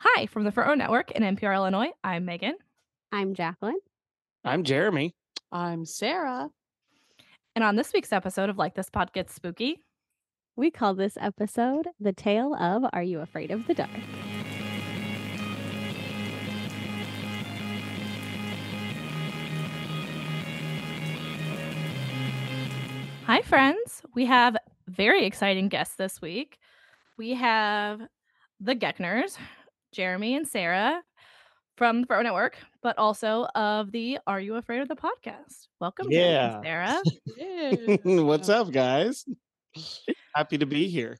Hi, from the Front Row Network in NPR, Illinois. I'm Megan. I'm Jacqueline. I'm Jeremy. I'm Sarah. And on this week's episode of Like This Pod Gets Spooky, We call this episode The Tale of Are You Afraid of the Dark? hi, friends. We have very exciting guests this week. We have the Geckners, Jeremy and Sarah from the Front Row Network, but also of the Are You Afraid of the podcast. Welcome, Jeremy and Yeah. Sarah. What's up, guys? Happy to be here.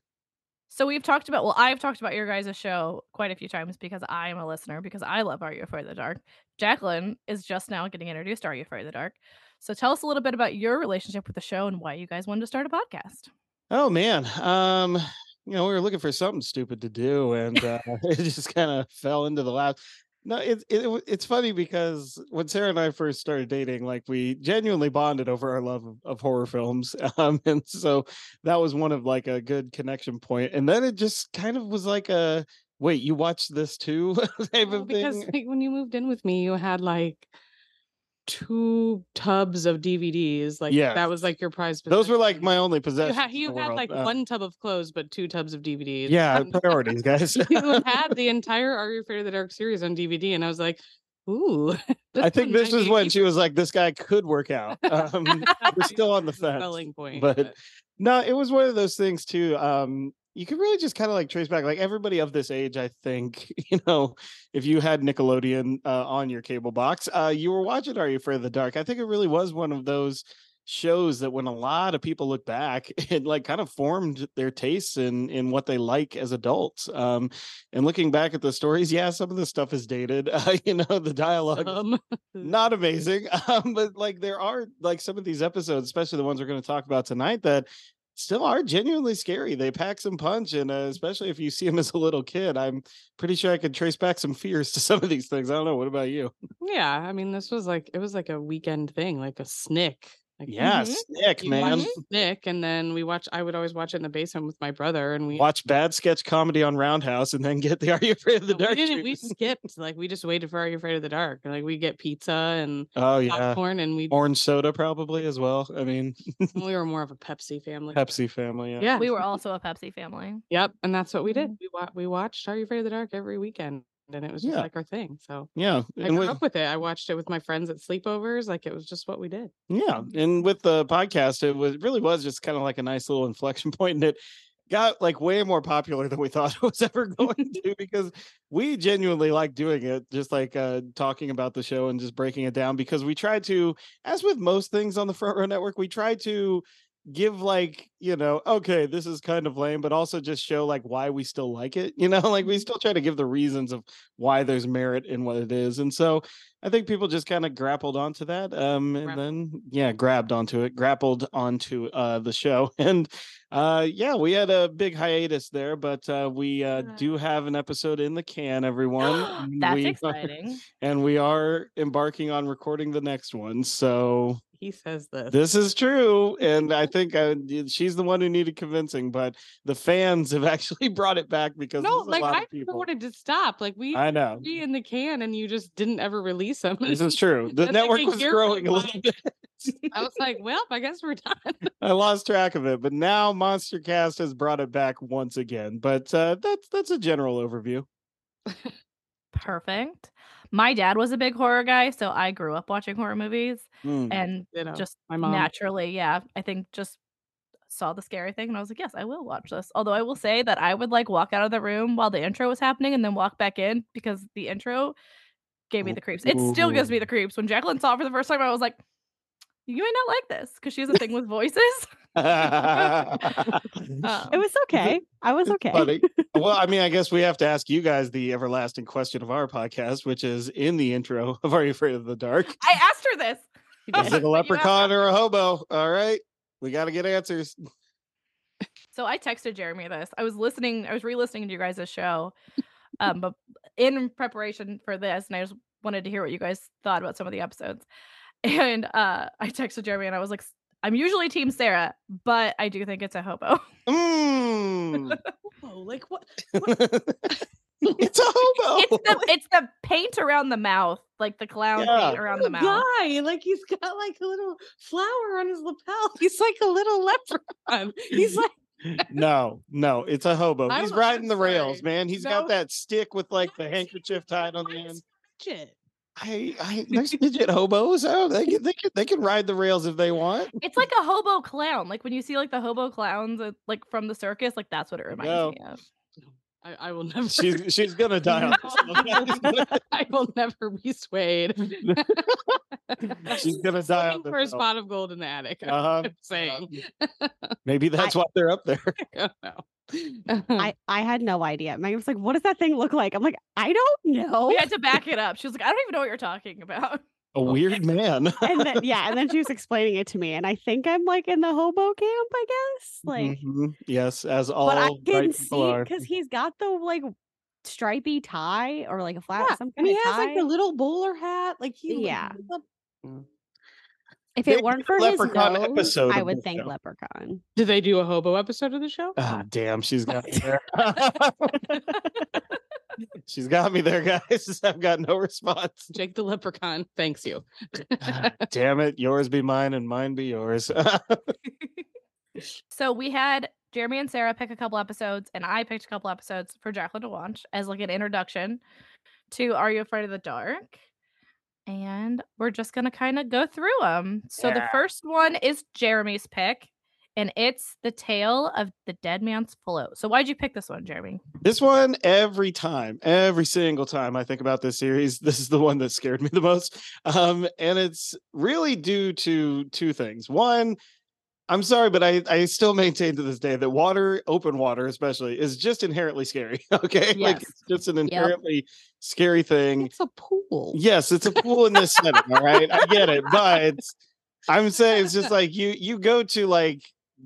So we've talked about well, I've talked about your guys' show quite a few times because I am a listener because I love Are You Afraid of the Dark. Jacqueline is just now getting introduced to Are You Afraid of the Dark. So tell us a little bit about your relationship with the show and why you guys wanted to start a podcast. Oh man, um, you know we were looking for something stupid to do, and uh, it just kind of fell into the lap. No, it, it w- it's funny because when Sarah and I first started dating, like we genuinely bonded over our love of, of horror films, um, and so that was one of like a good connection point. And then it just kind of was like a wait, you watched this too type Well, of because thing. like when you moved in with me, you had like two tubs of DVDs. Like Yeah. that was like your prize. Those were possession. like my only You possessions. had, in you the had world. like Uh, one tub of clothes, but two tubs of DVDs. Yeah, And priorities, guys. Um, you had the entire Are You Afraid of the Dark series on DVD, and I was like, ooh. I think one this is might when be she was like, "This guy could work out." Um, we're still on the a fence. selling point, but- No, it was one of those things too. Um, you could really just kind of like trace back, like everybody of this age, I think, you know, if you had Nickelodeon uh, on your cable box, uh, you were watching Are You Afraid of the Dark? I think it really was one of those shows that when a lot of people look back, it like kind of formed their tastes in in what they like as adults. Um, and looking back at the stories, yeah, some of the stuff is dated. Uh, you know, the dialogue is um, not amazing um but like there are like some of these episodes especially the ones we're going to talk about tonight that still are genuinely scary they pack some punch and uh, especially if you see them as a little kid i'm pretty sure i could trace back some fears to some of these things i don't know what about you yeah, I mean, this was like it was like a weekend thing, like a snick. Like, yeah Mhm. sick Mm-hmm. you man watch Nick, and then we watch. I would always watch it in the basement with my brother, and we watch bad sketch comedy on roundhouse and then get the are you afraid of the no, dark We, didn't, we Juice? skipped. Like we just waited for Are You Afraid of the Dark? And, like we get pizza and oh yeah popcorn, and we orange soda probably as well i mean we were more of a Pepsi family. pepsi family yeah, Yeah. We were Mm-hmm. also a Pepsi family. Yep. And that's what we did. We wa- we watched Are You Afraid of the Dark every weekend, and it was just Yeah. like our thing. So. yeah. I and grew with- up with it. I watched it with my friends at sleepovers. Like it was just what we did. Yeah, and with the podcast, it was really was just kind of like a nice little inflection point, and it got like way more popular than we thought it was ever going to because we genuinely like doing it, just like uh, talking about the show and just breaking it down because we try to, as with most things on the Front Row Network, we try to give like you know okay this is kind of lame but also just show like why we still like it you know like Mm-hmm. we still try to give the reasons of why there's merit in what it is and so I think people just kind of grappled onto that. Um, and Grappled. then yeah, grabbed onto it, grappled onto uh the show. And uh yeah, we had a big hiatus there, but uh we uh Yeah. do have an episode in the can, everyone. and That's we are- exciting. and we are embarking on recording the next one. So He says this. this is true. And I think I, she's the one who needed convincing, but the fans have actually brought it back because no, there's a like lot I of never people. wanted to stop. Like we I know. be in the can, and you just didn't ever release them. This is true. The That's like network a was year growing a went little bit. I was like, well, I guess we're done. I lost track of it, but now Monster Cast has brought it back once again. But uh, that's that's a general overview. Perfect. My dad was a big horror guy, so I grew up watching horror movies Mm. and You know, just my mom. naturally, yeah, I think just saw the scary thing and I was like, yes, I will watch this. Although I will say that I would like walk out of the room while the intro was happening and then walk back in because the intro gave me the creeps. It still gives me the creeps. When Jacqueline saw it for the first time, I was like, you may not like this because she has a thing with voices. Hmm. Um, Uh, It was okay. I was okay. Funny. Well, I mean, I guess we have to ask you guys the everlasting question of our podcast, which is in the intro of Are You Afraid of the Dark? I asked her this. Is it a You asked leprechaun or a hobo? All right. We got to get answers. So I texted Jeremy this. I was listening, I was re-listening to you guys' show, um, but in preparation for this, and I just wanted to hear what you guys thought about some of the episodes. And uh, I texted Jeremy, and I was like, "S- "I'm usually Team Sarah, but I do think it's a hobo." Mm. Oh, like what? it's a hobo. it's the it's the paint around the mouth, like the clown Yeah. paint Oh, around the mouth. guy. Like he's got like a little flower on his lapel. He's like a little leprechaun. He's like no, no, it's a hobo. I He's don't- riding I'm the rails, sorry. man. He's No. got that stick with like the What? handkerchief tied on the "Why end. is he wretched?" I, I, there's midget hobos. Oh, they can, they can, they can ride the rails if they want. It's like a hobo clown. Like when you see like the hobo clowns uh, like from the circus, like that's what it reminds go. me of. I, I will never. She's, she's gonna die on this one. She's gonna- I will never be swayed. She's gonna die on Looking for a this one. spot of gold in the attic. I'm Uh-huh. Um, saying. Maybe that's why they're up there. I don't know. I, I had no idea. Megan was like, what does that thing look like? I'm like, I don't know. We had to back it up. She was like, I don't even know what you're talking about. A weird man. And then yeah, and then she was explaining it to me. And I think I'm like in the hobo camp, I guess. Like Mhm. yes, as all but I right can people see are. because he's got the like stripy tie or like a flat Yeah, some kind and he of has like tie. the little bowler hat. Like he. like, Yeah. looks up- if They it did weren't a for his Leprechaun nose, episode I of would this think show. leprechaun. Did they do a hobo episode of the show? Ah, damn, she's got me there. she's got me there, guys. I've got no response. Jake the Leprechaun. Thanks you. Ah, damn it, yours be mine and mine be yours. So we had Jeremy and Sarah pick a couple episodes, and I picked a couple episodes for Jacqueline to watch as like an introduction to Are You Afraid of the Dark? And we're just gonna kind of go through them. So the Yeah. first one is Jeremy's pick, and it's the tale of the dead man's float. So why'd you pick this one, Jeremy? This one, every time, every single time I think about this series, this is the one that scared me the most. Um, and it's really due to two things. One, I'm sorry, but I, I still maintain to this day that water, open water especially, is just inherently scary. Okay. Like Yes. it's just an inherently scary thing. It's a pool. Yes, it's a pool in this setting. All right. I get it. But I'm saying it's just like you you go to like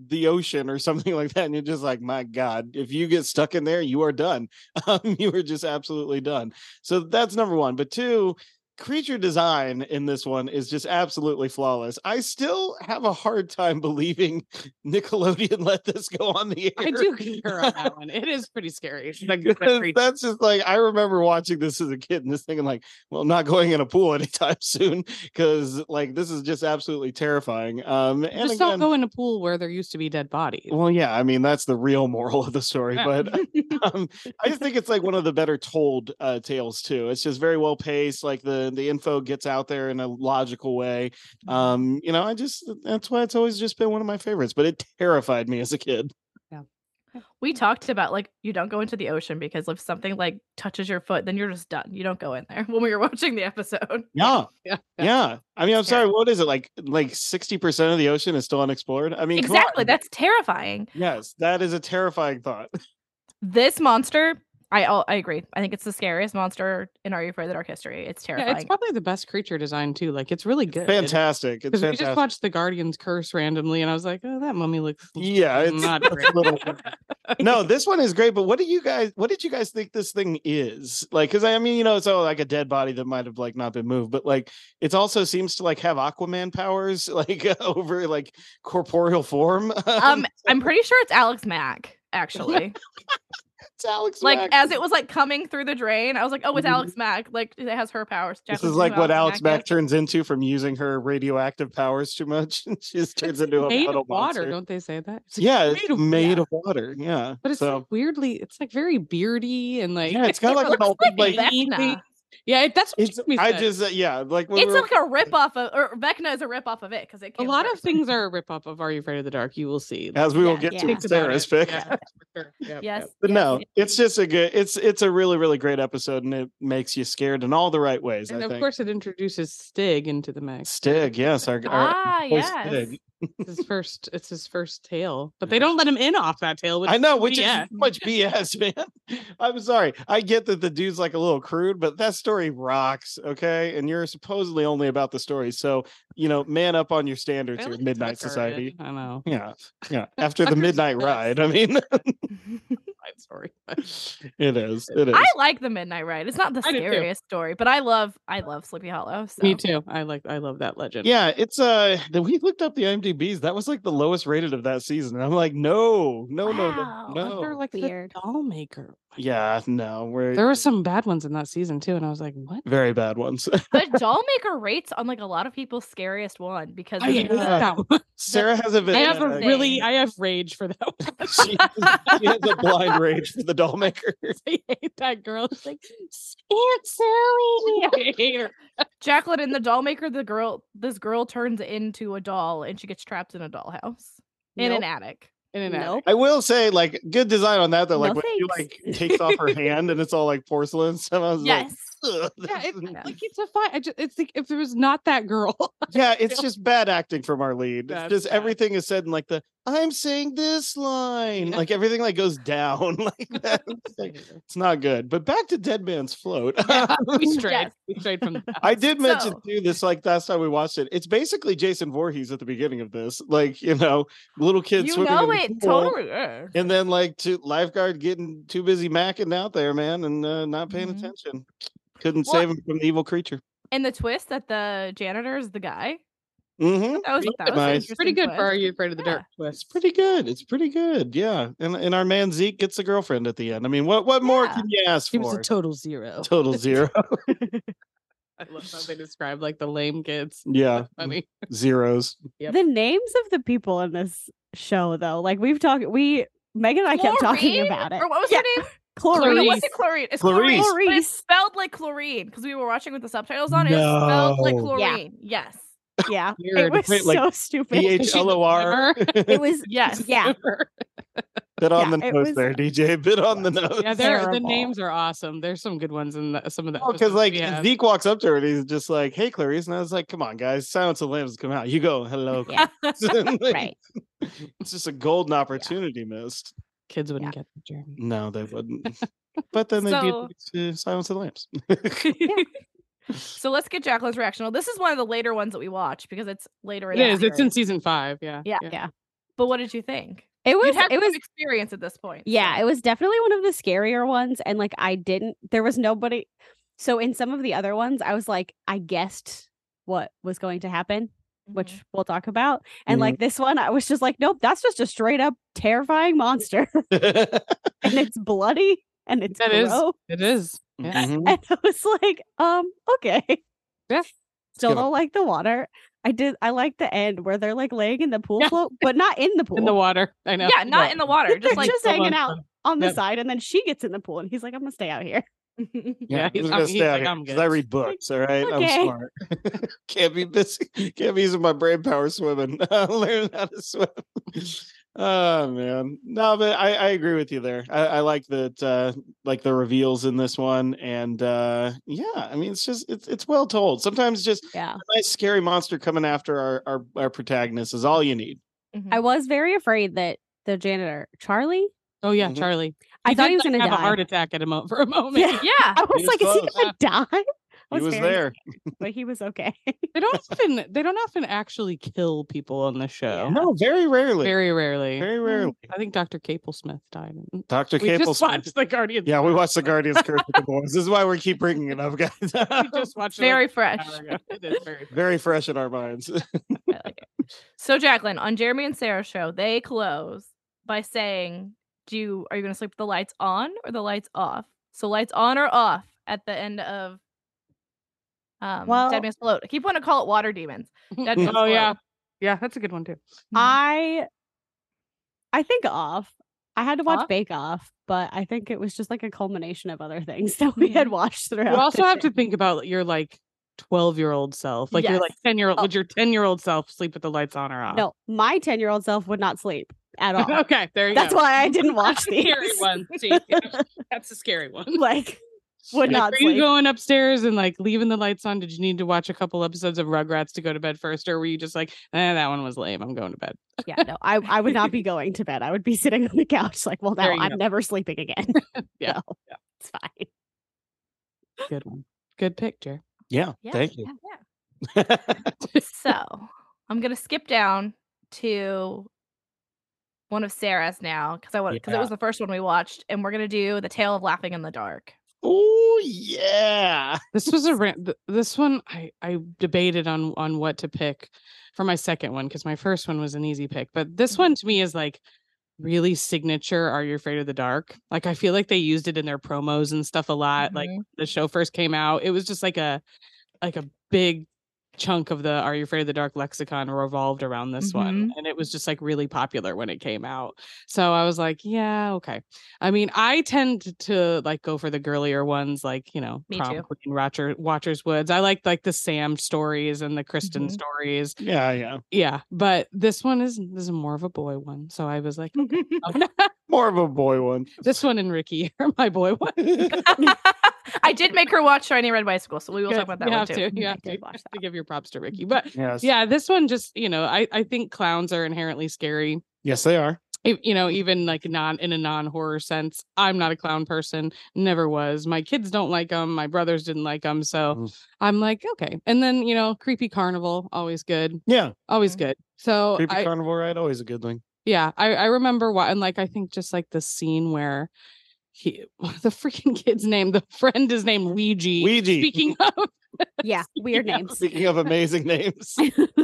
the ocean or something like that, and you're just like, my God, if you get stuck in there, you are done. Um, you are just absolutely done. So that's number one. But two, creature design in this one is just absolutely flawless. I still have a hard time believing Nickelodeon let this go on the air. I do concur on that one. It is pretty scary. It's like the Because creature. that's just like I remember watching this as a kid and just thinking like, well, I'm not going in a pool anytime soon because like this is just absolutely terrifying. Um, and Just again, don't go in a pool where there used to be dead bodies. well, yeah, I mean that's the real moral of the story, Yeah. but um, I just think it's like one of the better told uh, tales too. It's just very well paced. Like the the info gets out there in a logical way. Mm-hmm. Um, you know, I just that's why it's always just been one of my favorites. But it terrified me as a kid. We talked about like you don't go into the ocean because if something like touches your foot, then you're just done. You don't go in there when we were watching the episode. Yeah. Yeah. Yeah. I mean, I'm Scary. sorry. What is it like? Like 60% of the ocean is still unexplored. I mean, come on. Exactly. That's terrifying. yes, that is a terrifying thought. this monster i al- i agree i think it's the scariest monster in are you afraid of the dark history it's Yeah, terrifying it's probably the best creature design too. Like it's really good. Fantastic. It's Because we just fantastic. watched The Guardian's Curse randomly, and I was like, "Oh, that mummy looks Yeah, it's not it's great." a little- no, this one is great, but what do you guys what did you guys think this thing is? Like, cause I mean, you know, it's all like a dead body that might have like not been moved, but like it also seems to like have Aquaman powers, like over like corporeal form. um i'm pretty sure it's alex mack actually it's Alex like Mack. as it was like coming through the drain i was like oh it's Mhm. Mm-hmm. alex mack like it has her powers Jacqueline, This is do you like know who what Alex Mack is? turns into from using her radioactive powers too much. and she just turns into a made puddle of water. monster. Don't they say that? It's Yeah, it's made of- made yeah. of water. Yeah, But it's like, so weirdly, it's like very beardy and like yeah, it's kind of it like an looks old like like. Vecna. yeah. It, that's what It's, took me I said. just uh, yeah like when we it's were- like a rip off of or vecna is a rip off of it because it a came lot of first. things are a rip off of Are You Afraid of the Dark? You will see. as we will yeah, get to yeah. with Sarah's pick. yes But yes, no, yes. it's just a good. It's it's a really really great episode, and it makes you scared in all the right ways. And I of think. course, it introduces Stig into the mix. Stig, yes, our, our ah boy yes Stig. His first, it's his first tail, but they don't let him in off that tail. Which I know, which yeah. is so much BS, man. I'm sorry. I get that the dude's like a little crude, but that story rocks, okay? And you're supposedly only about the story, so you know, man up on your standards I here, like Midnight Tucker Society. in- I know. Yeah, yeah. After the Tucker's Midnight nuts. Ride, I mean, I'm sorry. it is, it is. i like the midnight ride it's not the I do too. scariest story but i love i love sleepy hollow so. Me too. I like. I love that legend. yeah, it's uh, the, we looked up the IMDb's. That was like the lowest rated of that season. and I'm like, no, no, no, Wow, no, I They're no. like the Weird. doll maker. yeah, no, we're There were some bad ones in that season too, and I was like, "What?" very bad ones. But Dollmaker rates on like a lot of people's scariest one because I it's hate the- yeah. that one. Sarah has a bit. I have a thing. really, I have rage for that one. she, she has a blind rage for the doll maker. I hate that girl. She's like, "It's silly." I hate her. Jacqueline in the Dollmaker, the girl, this girl turns into a doll and she gets trapped in a dollhouse in an Nope. attic. In an Nope. I will say, like, good design on that though. Like No when she thanks. like takes off her hand and it's all like porcelain and stuff. I was like, Yes. "Ugh, Yeah, this it's isn't- Yeah. like it's a fine. I just, it's like if there was not that girl, yeah, it's just bad acting from our lead. It's That's just bad. everything is said in like the I'm saying this line. Yeah. Like everything like goes down like that. It's, like, it's not good. But back to Dead Man's Float. Yeah, we strayed. Yes. We strayed from that. I did mention So- too this like last time we watched it. It's basically Jason Voorhees at the beginning of this. Like, you know, little kids you swimming know in the it pool, totally. yeah. And then like to lifeguard getting too busy macking out there, man, and uh, not paying Mhm. attention. Couldn't Well- save him from the evil creature. And the twist that the janitor is the guy. Mm-hmm. That was that was an Nice. interesting Pretty good for Are twist. You Afraid of the Yeah. Dark It's twist. pretty good. It's pretty good. Yeah. And and our man Zeke gets a girlfriend at the end. I mean, what what more Yeah. can you ask He was for? a total zero. Total zero. I love how they describe like the lame kids. yeah. Funny. Zeros. Yep. The names of the people in this show, though, like we've talked, we Megan and I kept talking Chlorine? about it. Or what was yeah, her name? chlorine. No, it Clarice. wasn't chlorine. It's Clarice. chlorine. but Clarice. It's spelled like chlorine because we were watching with the subtitles on. It It's spelled like No. Yeah. chlorine. Yes. Yeah, it Weird. was Wait, like, so stupid. B H L O R. it was Yes. yeah, Bit on Yeah, the it nose was- there, DJ. Bit on the nose. Yeah, they're- the Terrible. names are awesome. There's some good ones in the, some of the. Oh, because episodes like we have. Zeke walks up to her and he's just like, "Hey, Clarice," and I was like, "Come on, guys, Silence of the Lambs, come out." You go, hello. Yeah, Clarice." And, like, right. It's just a golden opportunity missed. kids wouldn't get the journey. No, they wouldn't. But then they So- do uh, Silence of the Lambs. So let's get Jacqueline's reaction. Well, this is one of the later ones that we watch because it's later. It in the is. It's in series. season five. Yeah. Yeah. Yeah. But what did you think? It You'd was have some it was experience at this point. so- yeah, it was definitely one of the scarier ones, and like I didn't, there was nobody. So in some of the other ones, I was like, I guessed what was going to happen, Mhm. which we'll talk about, and Mhm. like this one, I was just like, nope, that's just a straight up terrifying monster, and it's bloody and it's That is- gross. It is. Yeah. Mhm. and I was like, um, okay. Yeah. Still give up. don't like the water. I did. I like the end where they're like laying in the pool Yeah. float, but not in the pool. In the water. I know. Yeah, not in the water. they're Just like just someone- hanging out on the Yep. side, and then she gets in the pool, and he's like, "I'm gonna stay out here." Yeah, I'm he's- gonna I'm- he's stay out like, here "I'm 'cause good." I read books. All right, Okay. I'm smart. can't be busy. Can't be using my brain power swimming. Learn how to swim. Oh man, no, but I, I agree with you there. I, I like that, uh, like the reveals in this one, and uh, yeah, I mean it's just it's it's well told. Sometimes just Yeah, a nice scary monster coming after our our, our protagonist is all you need. I Mhm. was very afraid that the janitor Charlie. Oh yeah, Mhm. Charlie. I He thought did, he was like, gonna have die. a heart attack at a mo- for a moment. Yeah. Yeah. I was, was like, "Is close. he gonna die?" I He was very there. scared, but he was okay. They don't often they don't often actually kill people on the show. No, Oh, very rarely. Very, Very rarely. rarely. I think Dr. Capel Smith died. in- Doctor We Capel. just watched the Guardians. Yeah, we Curse, watched the but Guardians Curse with the boys. This is why we keep bringing it up, guys. We just watched it, like, Very an fresh. hour ago. It is very fresh. Very fresh in our minds. I like it. So Jacqueline, on Jeremy and Sarah's show, they close by saying, "Do you are you going to sleep with the lights on or the lights off?" So lights on or off at the end of um Well- Dead Man's Float. I keep wanting to call it Water Demons. Dead Man's Oh yeah. Float. Yeah, that's a good one too. I, I think off. I had to watch Off? Bake Off, but I think it was just like a culmination of other things that we had watched throughout. You also the have day. to think about your like 12 year old self. Like your like Yes. 10 year old Oh. would your 10 year old self sleep with the lights on or off? No, my 10 year old self would not sleep at all. okay, there you That's go. why I didn't watch these. scary one. See, yeah, that's a scary one. Like, would Like, not were sleep. you going upstairs and like leaving the lights on? Did you need to watch a couple episodes of Rugrats to go to bed first, or were you just like, eh, that one was lame. I'm going to bed. yeah, no, I, I would not be going to bed. I would be sitting on the couch, like, well, now There you I'm go. never sleeping again. Yeah, So, It's fine. Good one. Good picture. Yeah, Yeah, thank you. yeah. so I'm gonna skip down to one of Sarah's now because I want because Yeah. it was the first one we watched, and we're gonna do the Tale of Laughing in the Dark. oh yeah. This was a rant. th- This one I I debated on on what to pick for my second one because my first one was an easy pick, but this Mhm. one to me is like really signature Are You Afraid of the Dark? Like I feel like they used it in their promos and stuff a lot. Like Mhm. the show first came out, it was just like a like a big chunk of the Are You Afraid of the Dark lexicon revolved around this Mhm. one. And it was just like really popular when it came out. So I was like, yeah, okay. I mean, I tend to like go for the girlier ones, like, you know, Me prom too. queen, Roger, Watchers Woods. I like like the Sam stories and the Kristen Mhm. stories. Yeah, yeah. Yeah. But this one is this is more of a boy one. So I was Mm. like, "Oh, More of a boy one. this one and Ricky are my boy one. I did make her watch Shiny Red Bicycle, so we will Good. talk about that you one have too. to. You I have to. did You watch have that. to give your props to Ricky. But Yes. yeah, this one just, you know, I, I think clowns are inherently scary. Yes, they are. if- you Mm-hmm. know, even like non in a non horror sense. I'm not a clown person, never was. My kids don't like them. My brothers didn't like them, so Mm. I'm like, okay. And then you know, creepy carnival, always good, Yeah. always Mhm. good. So Mm-hmm. Creepy Oh, I, carnival ride, always a good thing. yeah, I, I remember what and like I think just like the scene where he the freaking kid's name, the friend is named Ouija. Ouija. Speaking of Yeah, weird names. Speaking of amazing names.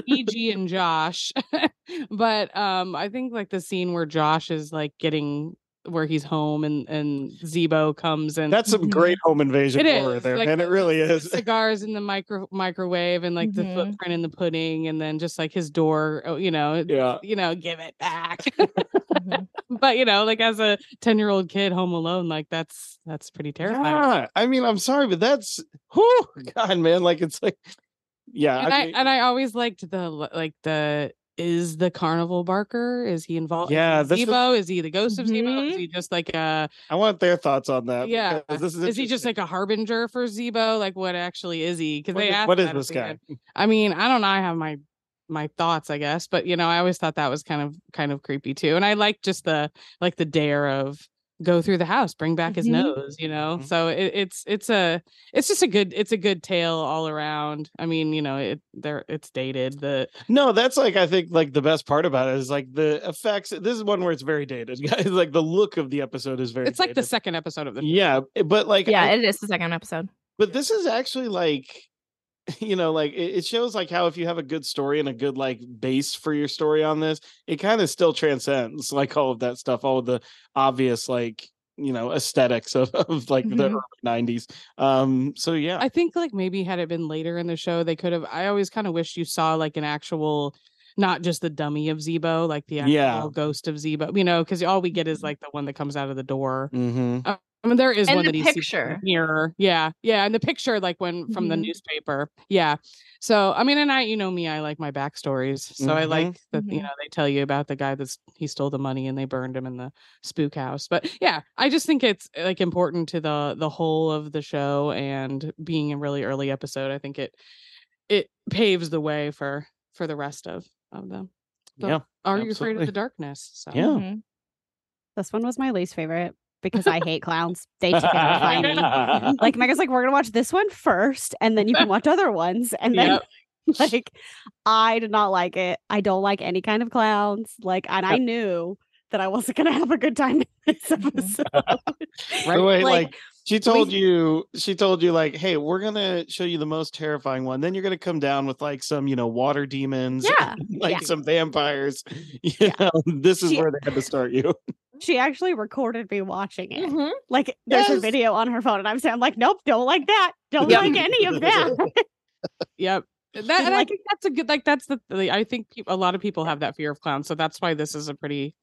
E.G. and Josh. but um I think like the scene where Josh is like getting where he's home and and Zebo comes and That's some great home invasion It is, horror there, like, man. It the- really the is. cigars in the micro microwave and like the Mhm. footprint in the pudding and then just like his door, oh, you know, Yeah. you know, give it back. Mhm. but you know, like as a 10-year-old kid home alone, like that's that's pretty terrifying. Yeah. I mean, I'm sorry, but that's whoo God, man. Like it's like yeah. and I, okay. and I always liked the l- like the is the carnival barker is he involved? Yeah, is he this Mm-hmm. was- Zebo? Is he the ghost of Zebo? Is Mhm. he just like a I want their thoughts on that. yeah? because This is, Is he just interesting. like a harbinger for Zebo? Like what actually is he? Because What they is- asked what is that at this the guy? end. I mean, I don't know. I have my my thoughts, I guess, but you know, I always thought that was kind of kind of creepy too. And I like just the like the dare of go through the house, bring back his Mhm. nose, you know. Mhm. So it, it's it's a it's just a good it's a good tale all around. I mean, you know, it there it's dated. The No, that's like I think like the best part about it is like the effects. This is one where it's very dated, guys. Like the look of the episode is very. it's like the dated. second episode of the Yeah, but like I- yeah, it is the second episode. but this is actually like you know like it, it shows like how if you have a good story and a good like base for your story on this it kind of still transcends like all of that stuff all of the obvious like you know aesthetics of, of like the Mhm. early 90s um so yeah I think like maybe had it been later in the show, they could have. I always kind of wish you saw like an actual, not just the dummy of Zebo, like the actual Yeah. Mm-hmm. ghost of Zebo. You know, because all we get is Mhm. like the one that comes out of the door. Mhm. I mean, there is And one the that he sees in the picture. mirror. Yeah, yeah, and the picture like when from the Mhm. newspaper. Yeah. So I mean, and I, you know me, I like my backstories. So I Mhm. like that you Mhm. know they tell you about the guy that's he stole the money and they burned him in the spook house. But yeah, I just think it's eh, like important to the the whole of the show and being a really early episode. I think it it paves the way for for the rest of of them. So, Yeah, Are you afraid absolutely. of the darkness? So. Yeah. Mhm. This one was my least favorite because I hate clowns. They terrify me. Like Megan's like, we're gonna watch this one first, and then you can watch other ones. And then Yep. like I did not like it. I don't like any kind of clowns. Like, and I knew that I wasn't gonna have a good time in this Mm-hmm. Mhm. episode. Right, wait, Like, like she told you, she told you, like, hey, we're gonna show you the most terrifying one. Then you're gonna come down with like some, you know, water demons, Yeah. like yeah. some vampires. You Yeah. know, this is She- where they had to start you. She actually recorded me watching it. Mhm. Mm-hmm. Like there's a Yes. video on her phone, and I'm saying, I'm like, nope, don't like that. Don't Yep. like any of that. Yep. That, And, and I like- think that's a good like that's the the- I think peop a lot of people have that fear of clowns, so that's why this is a pretty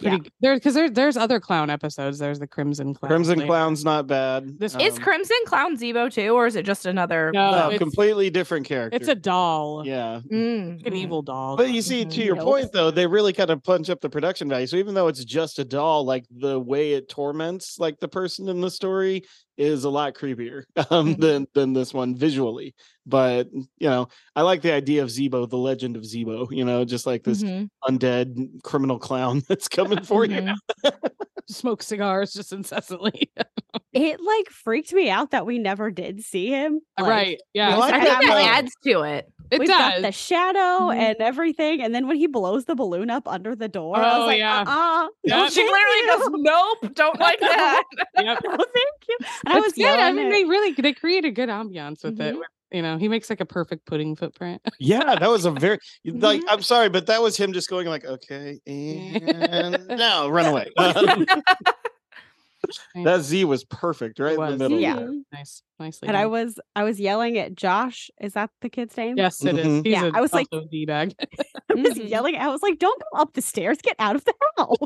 Yeah. pretty g- there because there's there's other clown episodes. There's the Crimson Clown. Crimson later. Clown's not bad. um, This is Crimson Clown Zebo too, or is it just another? No, no, it's, completely different character. it's a doll, yeah. Mm, an mm. evil doll. But you see, to your Nope. point though, they really kind of punch up the production value. So even though it's just a doll, like the way it torments like the person in the story is a lot creepier um, Mhm. Mm-hmm. than than this one visually. But mm, you know, I like the idea of Zebo, the legend of Zebo. You know, just like Mm-hmm. this Mhm, undead criminal clown that's coming for you. Mm-hmm. mhm. smoke cigars just incessantly. It like freaked me out that we never did see him. Like, right. Yeah. Well, I I think don't that know. adds to it. It We've got does. the shadow Mhm. and everything. And then when he blows the balloon up under the door, I Oh, was like, yeah. uh-uh. Yeah. No, she thank literally you. goes, "Nope, don't like that." yep. No, thank you. And I It's was good. I yelling mean, at- Mm-hmm. they really they create a good ambiance with it. Mhm. with- You know, he makes like a perfect pudding footprint. Yeah, that was a very like. Mhm. I'm sorry, but that was him just going like, okay, and now run away. that Z was perfect, right in was. the middle. Yeah. there. nice, nicely. and I done. was I was yelling at Josh. Is that the kid's name? yes, it is. Mhm. He's Yeah, a- I was like- also a d bag. I was Mhm. yelling. I was like, "Don't go up the stairs. Get out of the house."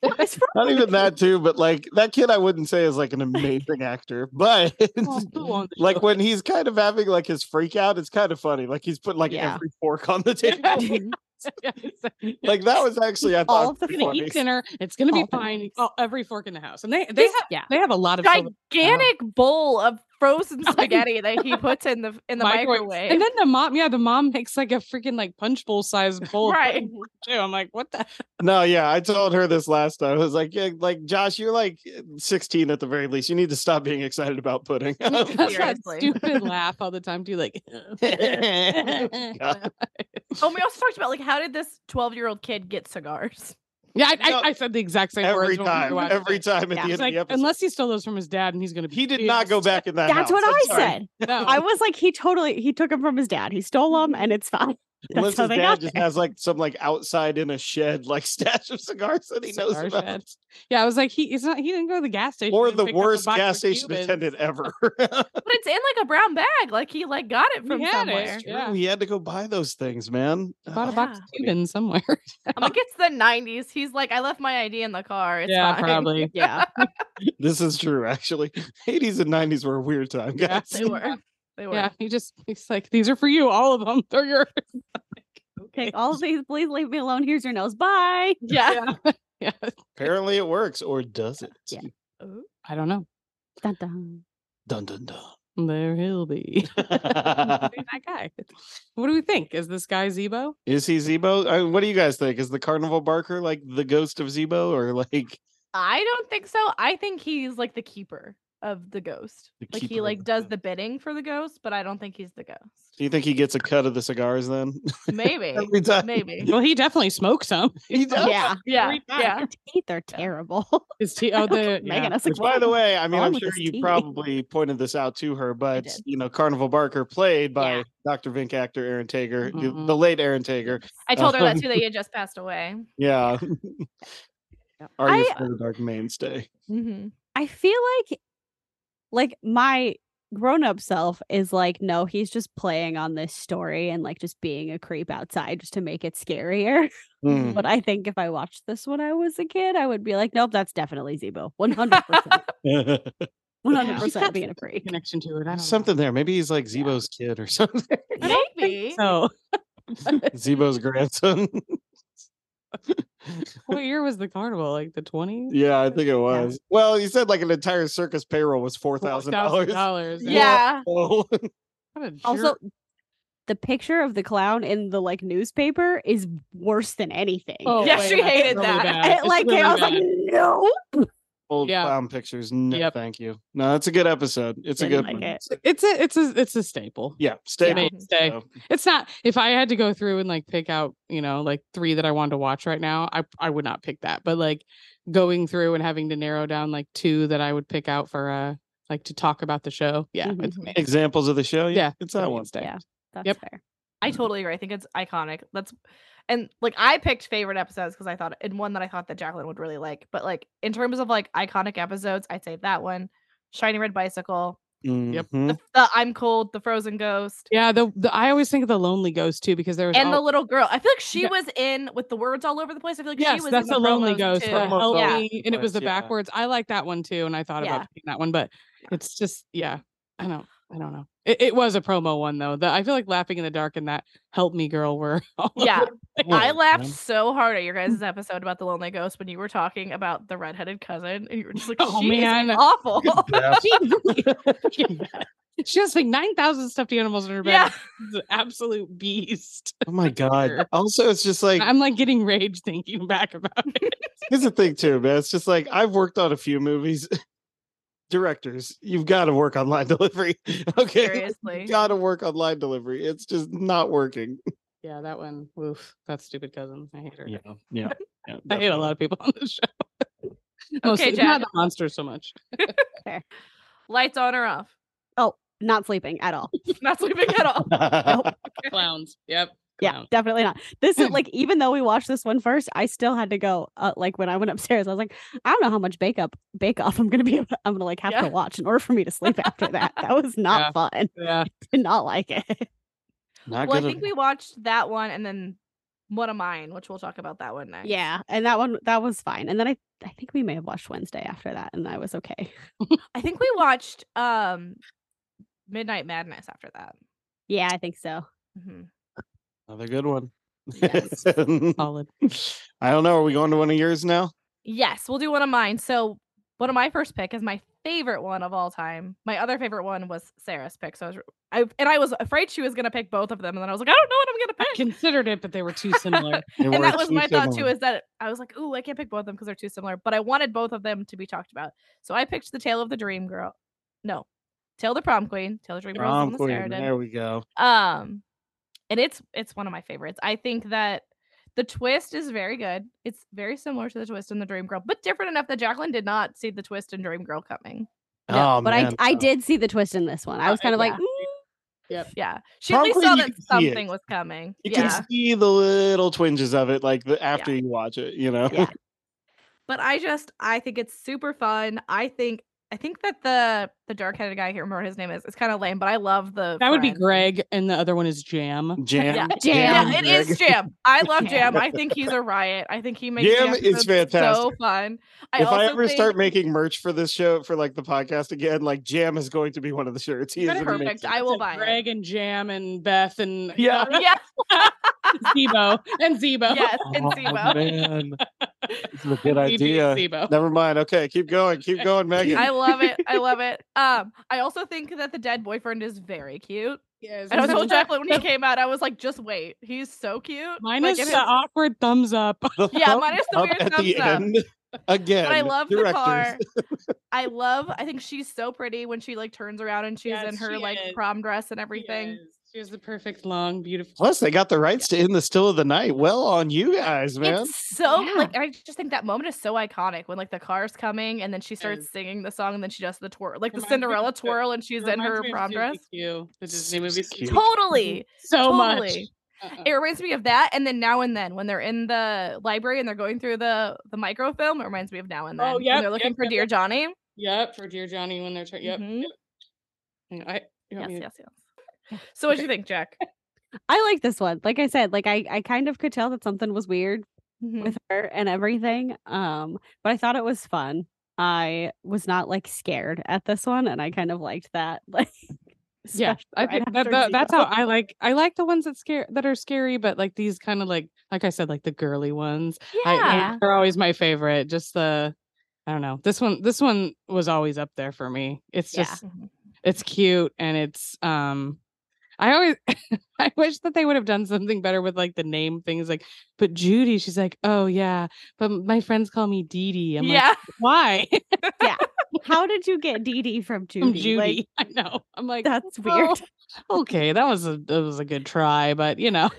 what is wrong? Not with you?" even that too, but like that kid, I wouldn't say is like an amazing actor, but Oh. like when he's kind of having like his freak out, it's kind of funny. Like he's putting like Yeah. every fork on the table. Mhm. Like that was actually I thought All of the pretty gonna funny. eat dinner. It's gonna be All the fine. forks. Oh, every fork in the house, and they they Just- have yeah. they have a lot of silver Gigantic bowl of frozen uh-huh. I spaghetti that he puts in the in the microwaves. microwave. And then the mom, yeah, the mom makes like a freaking like punch bowl size bowl of right. pudding too. I'm like, what the? No, yeah, I told her this last time. I was like, yeah, like Josh, you're like 16 at the very least. You need to stop being excited about pudding. That's that Seriously. stupid laugh all the time too. Like, God. Oh, we also talked about like how did this twelve-year-old kid get cigars? Yeah, I, No. I, I said the exact same every words when we time, watched every it. time at Yeah. the end It's like, of the episode. unless he stole those from his dad, and he's gonna. Be he did not go pissed. back in that. That's what house. I I'm sorry. said. No. I was like, he totally he took him from his dad. He stole him, and it's fine. That's Unless how his they dad got just there. has like some like outside in a shed like stash of cigars that he Cigar knows about. shed. Yeah, I was like, he it's not. He didn't go to the gas station. Or and the pick up a worst box gas of station Cubans. attendant ever. But it's in like a brown bag. Like he like got it He from had it. somewhere. Yeah. We had to go buy those things, man. He Bought a Oh, box of Cubans somewhere. I'm like it's the '90s. He's like, I left my ID in the car. It's yeah, fine. probably. Yeah, This is true, actually. 80s and 90s were a weird time, Yeah. guys. They were. They were. Yeah, he just he's like, these are for you, all of them. They're yours. take all of these. Please leave me alone. Here's your nose. Bye. Yeah. Yeah, Apparently it works, or does it? Yeah. Ooh. I don't know. Dun, dun. Dun dun dun. There he'll be. is that guy. What do we think? Is this guy Zebo? he Zebo? I mean, what do you guys think? Is the carnival barker like the ghost of Zebo or like I don't think so. I think he's like the keeper of the ghost. The like keeper he of like the does ghost. the bidding for the ghost, but I don't think he's the ghost. do you think he gets a cut of the cigars then? Maybe. Every time. Maybe. Well, he definitely smoked some. He does. Yeah, Yeah. Every time. Yeah. Her teeth are terrible. His tea. Oh, the Megan, I was like, Which, by the "What?" way, I mean, wrong I'm with sure this you tea? probably pointed this out to her, but did. you know, Carnival Barker, played by Yeah. Dr. Vink actor Aaron Tager, the- Mhm. the late Aaron Tager. I told her that Um, too that he had just passed away. Yeah. Are you I- the dark mainstay? Mm-hmm. I feel like like my grown-up self is like no he's just playing on this story and like just being a creep outside just to make it scarier Mm. but i think if i watched this when i was a kid i would be like nope that's definitely zebo 100% 100% being a freak connection to it. I don't know. something there. Maybe he's like Zebo's kid or something. Maybe. So, Zebo's grandson. what year was the carnival? Like the 20s? yeah, I think it was. Well, he said like an entire circus payroll was four thousand dollars. $4,000. Yeah. Oh, What a jerk. also the picture of the clown in the like newspaper is worse than anything Oh, Yeah, wait, she that's hated really that. bad. I, It's like really I was bad. like no old Yeah. clown pictures. No, Yep. thank you. No, it's a good episode. It's a Didn't good like one. it. it's a it's a it's a staple. Yeah, It's stay. a Yeah. mainstay. So- It's not if I had to go through and like pick out, you know, like three that I wanted to watch right now, I I would not pick that. But like going through and having to narrow down like two that I would pick out for uh like to talk about the show. Yeah, Mm-hmm. it's Mhm. amazing. Examples of the show. Yeah, Yeah, it's that one. mainstay. Yeah. that's Yep. fair I totally agree. I think it's iconic. That's and like I picked favorite episodes because I thought and one that I thought that Jacqueline would really like. But like in terms of like iconic episodes, I'd say that one, Shiny Red Bicycle, Yep. Mhm. the, the I'm Cold, the Frozen Ghost, Yeah, the, the I always think of the Lonely Ghost too because there was and the al- little girl. I feel like she Yeah. was in with the words all over the place. I feel like she yes, was that's in the the Lonely promos, Ghost, too. Oh, the Promos help yeah. me, and it was the Yes, yeah. backwards. I like that one too, and I thought Yeah. about picking that one, but it's just yeah, I don't, I don't know. It, it was a promo one though. The, I feel like laughing in the dark and that help me girl were all over Yeah. I Well, laughed man. so hard at your guys' episode about the Lonely Ghost when you were talking about the redheaded cousin, and you were just like, Oh, "She is man. awful." Yeah. she, she has like 9,000 stuffed animals in her bed. yeah, She's an absolute beast. Oh my god. Sure. Also, it's just like I'm like getting rage thinking back about it. here's the thing too, man. It's just like I've worked on a few movies directors, you've got to work on line delivery. Okay. Seriously. Got to work on line delivery. It's just not working. Yeah, that one. Woof. That stupid cousin. I hate her. Yeah. I hate a lot of people on this show. Okay, Mostly- Jack. Not the monster so much. Lights on or off? Not sleeping at all. Not sleeping at all. Clowns. Yep. Yeah, clown. definitely not. This is like even though we watched this one first, I still had to go. Uh, like when I went upstairs, I was like, I don't know how much bake up bake off I'm gonna be. able- I'm gonna like have Yeah. to watch in order for me to sleep after that. That was not Yeah. fun. Yeah. Did not like it. Not well, I good think we watched that one and then one of mine, which we'll talk about that one next. Yeah, and that one that was fine. And then I I think we may have watched Wednesday after that, and I was okay. I think we watched um Midnight Madness after that. Yeah, I think so. hmm Another good one. Yes. Oh. Solid. I don't know. Are we going to one of yours now? Yes, we'll do one of mine. So one of my first pick is my favorite one of all time. My other favorite one was Sarah's pick. So I, was, I and I was afraid she was gonna pick both of them, and then I was like, I don't know what I'm gonna I pick. considered it, but they were too similar. They and were that was too my thought too similar. is that I was like, ooh, I can't pick both of them because they're too similar. But I wanted both of them to be talked about. So I picked the Tale of the Dream Girl. No, Tale of the Prom Queen. Tale of the Dream Girl. Prom is Queen, one that Sarah did. There we go. Um, and it's it's one of my favorites. I think that the twist is very good. It's very similar to the twist in the Dream Girl, but different enough that Jacqueline did not see the twist in Dream Girl coming. oh, but man. I I did see the twist in this one. I Uh, was kind of like, yeah. "Mm, Yeah, she Prom at least Queen, saw you that can see it. something was coming. You yeah, can see the little twinges of it, like the, after you watch it. You know. "Mm, Yeah. but I just I think it's super fun. I think I think that the the dark headed guy I can't remember what his name is. It's kind of lame, but I love the. That would be friend. Greg, and the other one is Jam. Jam. Yeah. Jam. Yeah, it is Jam. I love Jam. Jam. I think he's a riot. I think he makes Jam the is episodes So fantastic. fun. I if I also ever think- start making merch for this show for like the podcast again, like Jam is going to be one of the shirts. He is Perfect. amazing. I will buy Greg and Jam and Beth and Yeah. Yes, Zebo and Zebo. yes, and Zebo. Oh, man, this is a good ZB and idea. Zebo. Never mind. Okay, keep going. Keep going, Megan. I love it. I love it. Um, I also think that the dead boyfriend is very cute. Yes. And I told Jack. Jacqueline when he came out, I was like, just wait, he's so cute. Minus like, it the is- awkward thumbs up. The yeah, thumbs minus the up weird Um, at thumbs the up. end. Again, But I love directors. the car. I love. I think she's so pretty when she like turns around and she's in Yes, her she like is. prom dress and everything. Yes. She has the perfect long, beautiful. Plus, they got the rights to end the still of the night. Well, on you guys, man. It's so Yeah. like I just think that moment is so iconic when like the car's coming and then she starts Yes. singing the song and then she does the twirl like the Reminds me of Cinderella the- twirl and she's in her Reminds me of prom Suzy dress. Q, the Disney Suzy movie. Q. Suzy Q. Totally. So Totally. much. Uh-uh. It reminds me of that and then now and then when they're in the library and they're going through the the microfilm, it reminds me of now and then. Oh, when yep, they're looking yep, for yep, Dear yep. Johnny. Yep, for Dear Johnny when they're. Tra- yep. Mhm. yep. Hang on, I, Yes, you want me to- yes, yes. So what do you think, Jack? I like this one. Like I said, like I I kind of could tell that something was weird Mm-hmm. Mhm. with her and everything. Um, but I thought it was fun. I was not like scared at this one, and I kind of liked that. Like, Yeah, especially I right think that, after that- that's Zero. how I like. I like the ones that scare that are scary, but like these kind of like, like I said, like the girly ones. I, Yeah. like, they're always my favorite. Just the, I don't know. This one, this one was always up there for me. It's Yeah. just, Mhm. it's cute and it's, um, I always, I wish that they would have done something better with like the name things. Like, but Judy, she's like, oh yeah, but my friends call me Dee Dee. I'm like, Yeah. why? How did you get Dee Dee from Judy? I'm Like, Judy. I know. I'm like, that's weird. "Oh, okay, that was a that was a good try, but you know,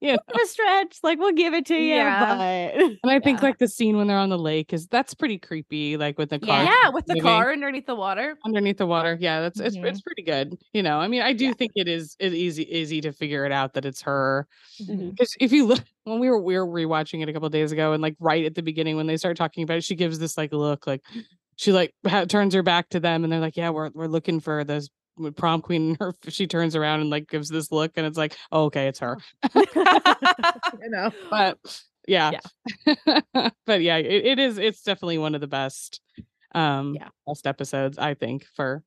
yeah. a stretch. Like we'll give it to you, Yeah. but And I think Yeah. like the scene when they're on the lake is that's pretty creepy, like with the car Yeah. Yeah, with the moving car underneath the water. underneath the water. Yeah, that's it's Mhm. it's pretty good. You know, I mean, I do Yeah. think it is it easy easy to figure it out that it's her Mhm. because if you look when we were we were rewatching it a couple days ago and like right at the beginning when they start talking about it, she gives this like look like she like ha- turns her back to them and they're like, yeah, we're we're looking for those uh, prom queen and her she turns around and like gives this look and it's like oh, okay it's her I know. but yeah, but yeah it, it is it's definitely one of the best um Yeah. best episodes i think for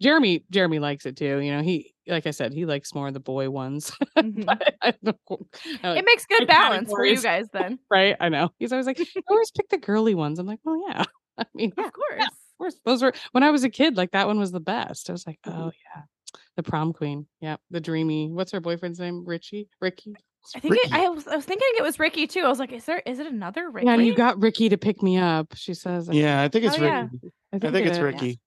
jeremy jeremy likes it too you know he like i said he likes more of the boy ones I don't know, I Mm-hmm. It like- makes good Good balance for you guys categories. then. right i know he's always like "You always pick the girly ones i'm like well yeah i mean of Of course. course those were when i was a kid like that one was the best i was like Mhm. oh yeah the prom queen yeah the dreamy what's her boyfriend's name richie ricky I think it, Ricky. I was I was thinking it was Ricky too. I was like, is there is it another Ricky? yeah and you got ricky to pick me up she says I Yeah, I think it's Oh, Ricky. I think it it's is. Ricky.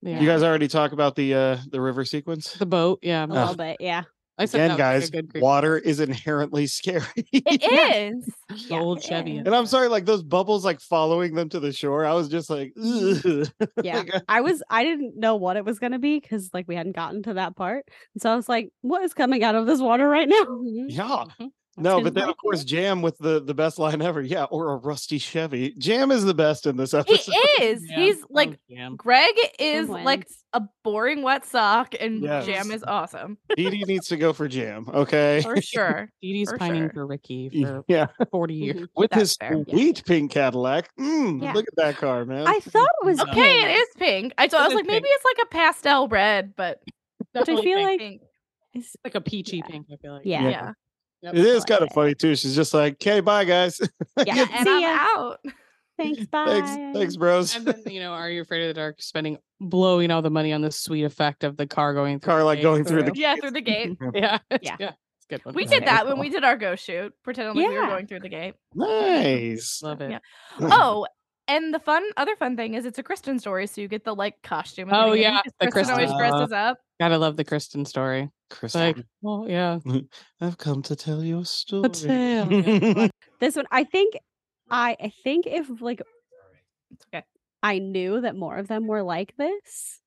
Yeah. You guys already talk about the uh the river sequence. the boat. Yeah. a Oh. little bit. Yeah. I said Again, that was, like, a guys, good creep. Water is inherently scary. It is. The Yeah, old it Chevy. is. And I'm sorry, like those bubbles like following them to the shore. I was just like, Ugh. Yeah. Like, uh, I was I didn't know what it was gonna be because like we hadn't gotten to that part. And so I was like, what is coming out of this water right now? Mhm. yeah. Mhm. No, his but then of life, course Jam with the the best line ever. Yeah, or a rusty Chevy. Jam is the best in this episode. He is. Yeah, He's oh, like damn. Greg is wins. like a boring wet sock, and Yes. Jam is awesome Dee Dee needs to go for Jam. Okay. for sure. Dee Dee's for pining sure. for Ricky for Yeah, 40 years. with That's his fair. Yeah. sweet pink Cadillac. Mm, Yeah. Look at that car, man. I thought it was No. Okay, pink, it is pink. I thought I It was is like maybe pink. it's like a pastel red, but Which I Definitely feel pink. like pink. is like a peachy yeah. pink, I feel like. Yeah. Yeah, Yep. it is kind of like it. funny too. She's just like, okay, bye guys. Yeah. and See I'm ya. out. Thanks, bye. thanks, thanks, bros. And then, you know, Are You Afraid of the Dark spending blowing all the money on the sweet effect of the car going through Car like the going through the gate. Yeah, through the gate. Yeah. Yeah. yeah. It's a good one. We It's did very that when cool. we did our ghost shoot, pretending like we were Yeah. going through the gate. Nice. Love it. Yeah. Oh, and the fun other fun thing is it's a Kristen story, so you get the like costume. at the Oh, beginning, yeah, 'cause the Kristen always Kristen- dresses up. Gotta love the Kristen story. It's Kristen, like, well, yeah. I've come to tell you a story. tale, This one, I think, I I think if like It's okay. I knew that more of them were like this,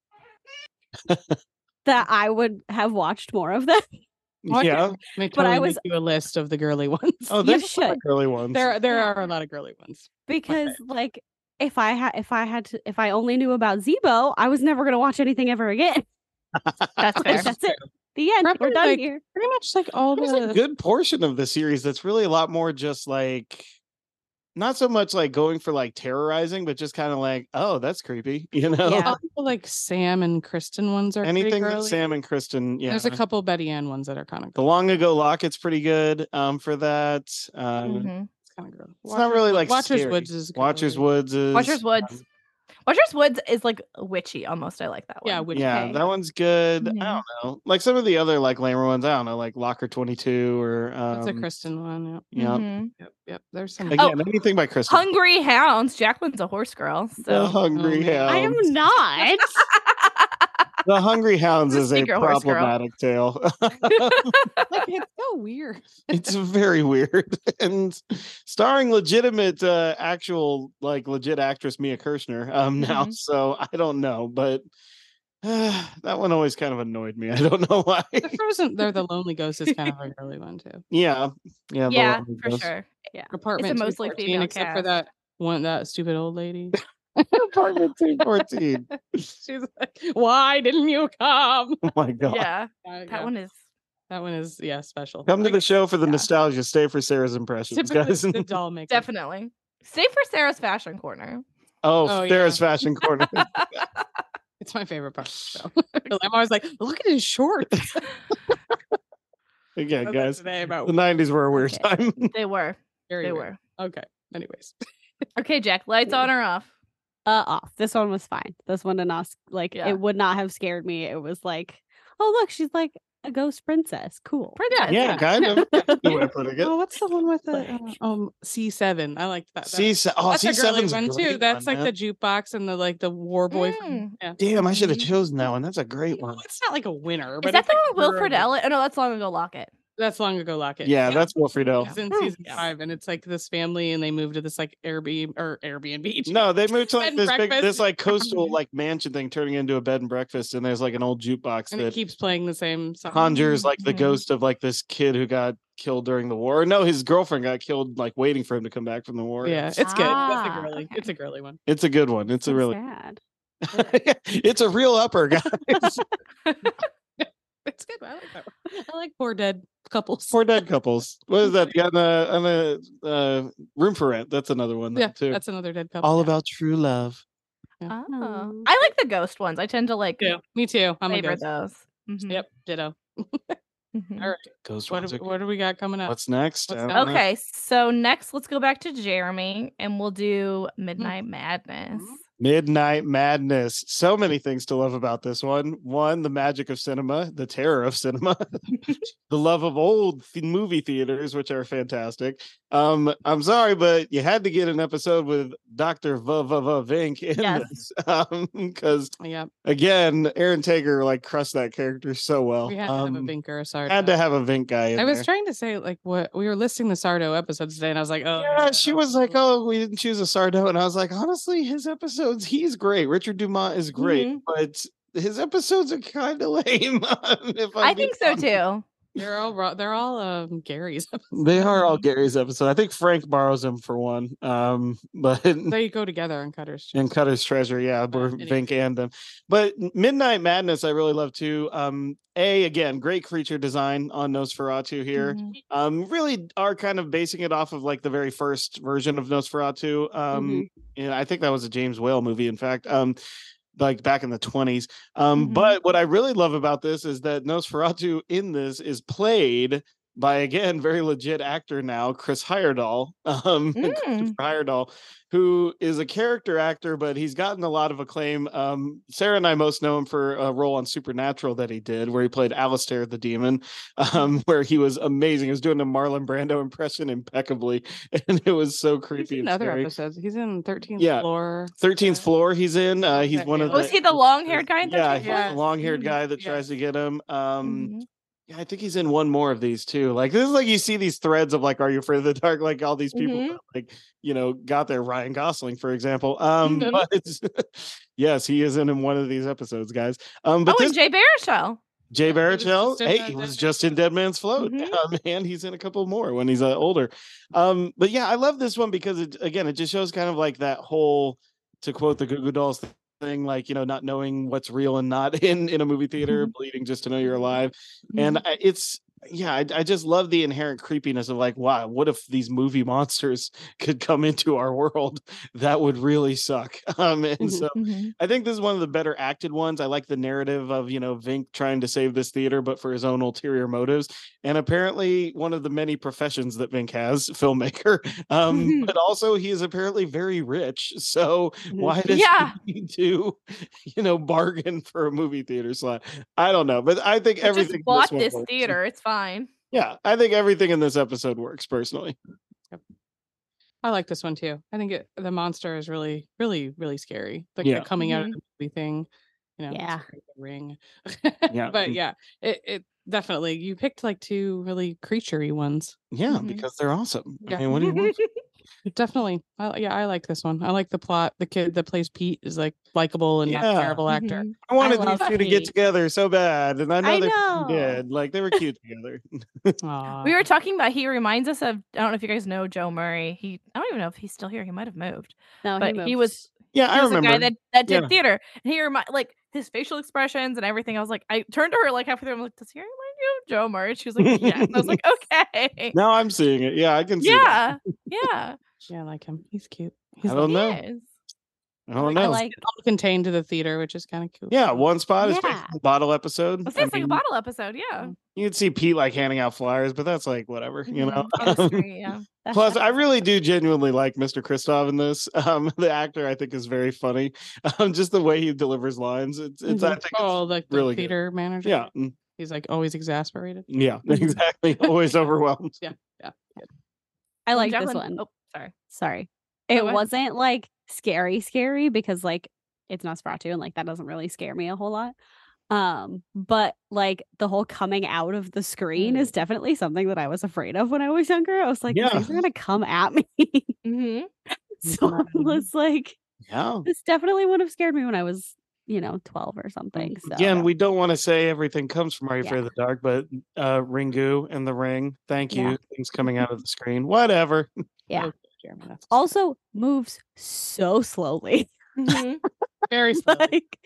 that I would have watched more of them. Well, I yeah. can Make, But I totally was- make you a list of the girly ones. Oh, You there's a lot of should. girly ones. there there Yeah. are a lot of girly ones. because like if I had if I had to if I only knew about Zebo, I was never gonna watch anything ever again. That's Like, fair. that's it. The end. Probably, We're done like, here. Pretty much like all There's the a good portion of the series that's really a lot more just like not so much like going for like terrorizing, but just kind of like, oh, that's creepy, you know. Yeah. all the, like Sam and Kristen ones are pretty Anything that girly. Sam and Kristen, yeah. There's a couple Betty Ann ones that are kind of the long ago locket's pretty good um for that. Um Mhm. kind of girly. it's not really like Watchers scary. Woods is a good Watchers one. Woods is Watchers Woods. Watchers Woods is like witchy almost. I like that one. Yeah, which yeah, okay. that one's good. Mhm. I don't know. Like some of the other like lamer ones, I don't know, like Locker 22 or um that's a Kristen one. Yep. Yeah. Mhm. Yep. Yep. There's some Again, anything by Kristen. Hungry hounds. Jacqueline's a horse girl. So the Hungry man. Hounds. Mm-hmm. I am not. The Hungry Hounds The is a Sneaker Horse Girl. problematic tale. like it's so weird. it's very weird and starring legitimate, uh, actual, like legit actress Mia Kirshner. Um, now, Mm-hmm. Mhm. so I don't know, but that one always kind of annoyed me. I don't know why. The frozen they're the lonely ghost is kind of a girly one too. yeah, yeah, the yeah, Lonely for Ghost. sure. Apartment mostly 214, female except for cast. that one that stupid old lady. Apartment two fourteen. She's like, Why didn't you come? Oh my god. Yeah, Uh, that yeah, one is. that one is yeah, special. Come to Like, the show for the yeah. nostalgia. Stay for Sarah's impressions, Typically, guys. the doll maker. Definitely. Stay for Sarah's fashion corner. oh, Oh, Sarah's fashion corner. It's my favorite part. So I'm always like, look at his shorts. Again, That's guys, today the about '90s were a weird Okay. time. They were. very They weird. were. Okay. Anyways, Okay, Jack. Lights on or off? Uh off. This one was fine. This one did not s- like Yeah. it would not have scared me. It was like, oh look, she's like a ghost princess. Cool. Princess. Mm. yeah, kind of. That's the way of putting it. oh, what's the one with the Like- uh, um C7? I liked that. that- C oh, that's C a girly seven's one too. That's like the jukebox and the like the war boyfriend. Yeah. the damn. I should have Mhm. chosen that one. That's a great one. Well, it's not like a winner, Is but that it's the one like with Wilfred girly. Elliot? Oh no, that's long ago. Lock it. That's long ago, Lockett. Yeah, that's Wilfred L. It's in Hmm. season Yeah. five, and it's like this family, and they moved to this like Airbnb or Airbnb. No, they moved to like and this big, breakfast. this like coastal like mansion thing, turning into a bed and breakfast, and there's like an old jukebox and Mm-hmm. it that keeps playing the same song. conjures like the Mhm. ghost of like this kid who got killed during the war. No, his girlfriend got killed like waiting for him to come back from the war. Yeah, it's good. That's a Ah, girly. okay. It's a girly one. It's a good one. It's a So really, sad. it's a real upper, guys. It's good. I like that one. I like poor dead couples. Four dead couples. What is that? Yeah, on the on the uh, room for rent. That's another one. yeah, too. that's another dead couple. all yeah. about true love. Oh. Oh. I like the ghost ones. I tend to like Yeah, me too. I'm a favor ghost. those. Mhm, Yep, ditto. mhm. All right, Ghost what ones do, are- what do we got coming up? What's next? What's I next? don't know. Okay, so next let's go back to Jeremy and we'll do Midnight Madness. Midnight Madness. So many things to love about this one. One, the magic of cinema, the terror of cinema, the love of old th- movie theaters, which are fantastic. Um, I'm sorry, but you had to get an episode with Doctor Va Va Va Vink in Yes. this, um, because Yep. again, Aaron Tager like crushed that character so well. We had to have um, a vinker, sorry. had to have a Vink guy. In I was there. trying to say like what we were listing the Sardo episodes today, and I was like, oh, Yeah, she no. was like, "Oh, we didn't choose a Sardo," and I was like, "Honestly, his episodes, he's great. Richard Dumont is great, Mhm. but his episodes are kind of lame." if I'm I being think so honest. too. they're all ro- they're all um Gary's. They are all Gary's episode. I think Frank borrows him for one, um, but they go together on Cutter's. Chest. and Cutter's Treasure, yeah, But or anyway. Vink and them. But Midnight Madness, I really love too. Um, a again, great creature design on Nosferatu here. Mhm. um really are kind of basing it off of like the very first version of Nosferatu. Um and I think that was a James Whale movie, in fact. Um like back in the 20s. Um Mhm. but what I really love about this is that Nosferatu in this is played by again very legit actor now, Chris Heyerdahl. Um Mm. Christopher Heyerdahl, who is a character actor, but he's gotten a lot of acclaim. Um, Sarah and I most know him for a role on Supernatural that he did, where he played Alistair the Demon, um, where he was amazing. He was doing a Marlon Brando impression impeccably, and it was so He's creepy in and other scary. episodes. He's in 13th Yeah. floor. 13th floor he's in uh he's That one of man. Was Oh, he the long-haired guy in yeah 13th he's the Floor? long-haired Mhm. guy that Yeah. tries to get him um Mhm. yeah, I think he's in one more of these too. Like this is like you see these threads of like, are you afraid of the dark? Like all these people, Mhm. that, like you know, got there. Ryan Gosling, for example. Um, Mhm. Mm-hmm. but yes, he is in, in one of these episodes, guys. Um, but oh, this and Jay Baruchel. Jay he was Baruchel, just in, hey, uh, he was Dead just Man's in Dead Man's Float, Mhm. Mm-hmm. um, and he's in a couple more when he's uh, older. Um, but yeah, I love this one because it, again, it just shows kind of like that whole, to quote the Goo Goo Dolls thing, like you know, not knowing what's real and not in in a movie theater, Mm-hmm. bleeding just to know you're alive and I, it's yeah I, I just love the inherent creepiness of like wow what if these movie monsters could come into our world that would really suck um and Mhm. so Mhm. i think this is one of the better acted ones i like the narrative of you know vink trying to save this theater but for his own ulterior motives and apparently one of the many professions that vink has filmmaker um Mhm. but also he is apparently very rich so why does Mm, Yeah. he need to you know bargain for a movie theater slot i don't know but i think But everything Just in bought one this works. theater. It's fine. yeah i think everything in this episode works personally I like this one too. I think it, the monster is really, really, really scary. Like Yeah. the coming out Mm-hmm. of the movie thing, you know, it's Yeah. like the ring. Yeah. Mm. but yeah, it, it definitely you picked like two really creaturey ones. yeah Mhm. because they're awesome Yeah. i mean what do you want Definitely, I, yeah, I like this one. I like the plot. The kid that plays Pete is like likable and not a Yeah. terrible actor. Mhm. i wanted love these two to get Pete. together so bad and i know Mm-hmm. I they know. did like they were cute together Aw. Mm-hmm. We were talking about he reminds us of I don't know if you guys know Joe Murray. He I don't even know if he's still here. He might have moved. No, But he was yeah he i was a remember guy that, that did Yeah. theater. And he remind like his facial expressions and everything. I was like, I turned to her like halfway through. I'm like, does he remind you of Joe Murray? She was like, yes. And I was like, okay. now i'm seeing it yeah i can see that. yeah. Yeah. yeah, I like him. He's cute. i He's don't he know is. i don't I know like all contained to the theater, which is kind of cool. yeah one spot is Yeah. basically a bottle episode Let's I say it's like a mean, Mm. bottle episode. Yeah. you can see pete like handing out flyers but that's like whatever you know Mhm. On the street, yeah. that's- Plus, I really do genuinely like Mr. Kristoff in this. Um, the actor I think is very funny. Um, just the way he delivers lines. It's, it's Mm-hmm. I Mhm. think it's- oh, like the really good. theater manager. yeah, mm, he's like always exasperated. yeah, Mhm. exactly. Always overwhelmed. I And like this Jacqueline- one. Oh, sorry. Sorry. No, It go ahead. wasn't like scary, scary because like it's Nosferatu and like that doesn't really scare me a whole lot. Um, but like the whole coming out of the screen is definitely something that I was afraid of when I was younger. I was like, Yeah. yeah. things are gonna come at me. Mm-hmm. so I Mhm. was like, Yeah. this definitely would have scared me when I was, you know, 12 or something. So Again, we don't want to say everything comes from Are You Yeah. Afraid of the Dark, but uh Ringu and the Ring. Thank you. Yeah. Things coming out of the screen. Whatever. Yeah. Okay, Jeremy, that's also moves so slowly. mm-hmm. very slow. like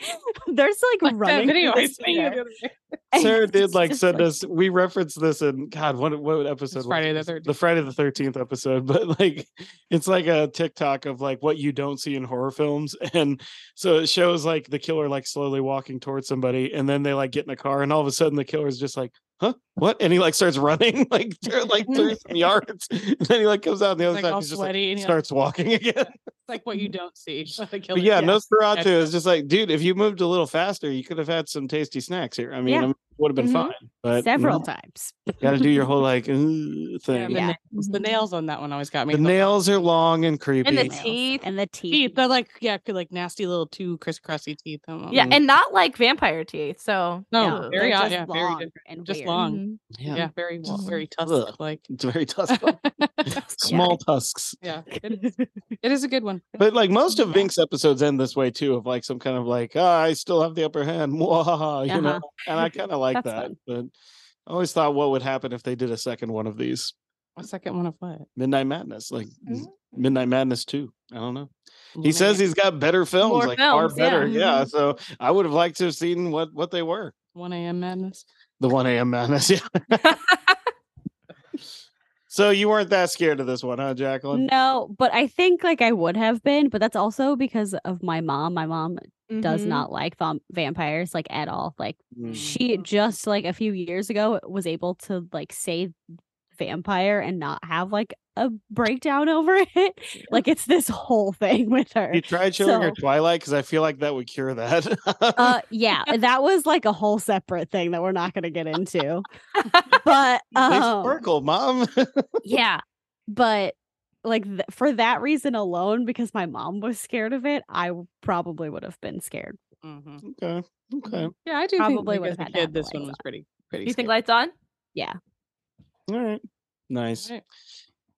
there's like, Like running. that video through I the sent you the theater. other day. And Sarah did it's like just, send us. We referenced this in God. What what episode? was Friday the this? 13th. The Friday the thirteenth episode. But like, it's like a TikTok of like what you don't see in horror films, and so it shows like the killer like slowly walking towards somebody, and then they like get in a car, and all of a sudden the killer's just like, "Huh, what?" And he like starts running like through, like through some yards, and then he like comes out on the other Like side, all he's just like sweaty and you're like, starts walking again. "It's like what you don't see. the killer." But yeah, Yeah. Nosferatu is just like, dude, if you moved a little faster, you could have had some tasty snacks here. I mean, Yeah. Mm-hmm. I'm would have been Mhm. fine. But several times. got to do your whole like "Ooh," Yeah, thing. the, Yeah. nails, the Mhm. nails on that one always got me. The nails are long and creepy. And the nails teeth. and the teeth. teeth. They're like yeah, good, like nasty little two crisscrossy teeth. I'm Yeah, like, and not like vampire teeth. So Um, No, yeah. very they're odd, just yeah, very long different, and just weird. long. Mhm. yeah, very wa- Mhm. very Ugh. tusk like. It's very tusk. Small tusks. yeah, it is. it is a good one. But like most of Yeah. Vink's episodes end this way too, of like some kind of like, ah, I still have the upper hand, Mwahaha, you know. Uh-huh. And I kind of like That's that. But I always thought what would happen if they did a second one of these A second one of what? Midnight Madness, like Mhm. Midnight Madness two. I don't know. He Yeah. says he's got better films, More like far films, yeah. better. Yeah. So I would have liked to have seen what what they were. one a.m. madness. The one a.m. Madness. Yeah. So you weren't that scared of this one, huh, Jacqueline? No, but I think like I would have been, but that's also because of my mom. My mom does Mm-hmm. Mhm. not like vam- vampires like at all. Like Mm. she just like a few years ago was able to like say vampire and not have like a breakdown over it. Like it's this whole thing with her. You tried showing her So- Twilight because I feel like that would cure that. Uh yeah, that was like a whole separate thing that we're not going to get into. but they Uh-huh. um, sparkle, mom. yeah but like th- for that reason alone because my mom was scared of it i w- probably would have been scared hmm Okay. Okay. Yeah, I do think Probably like, would as have a had to have kid, the this one lights was pretty pretty. You think scary. lights on? All right. Nice. Right.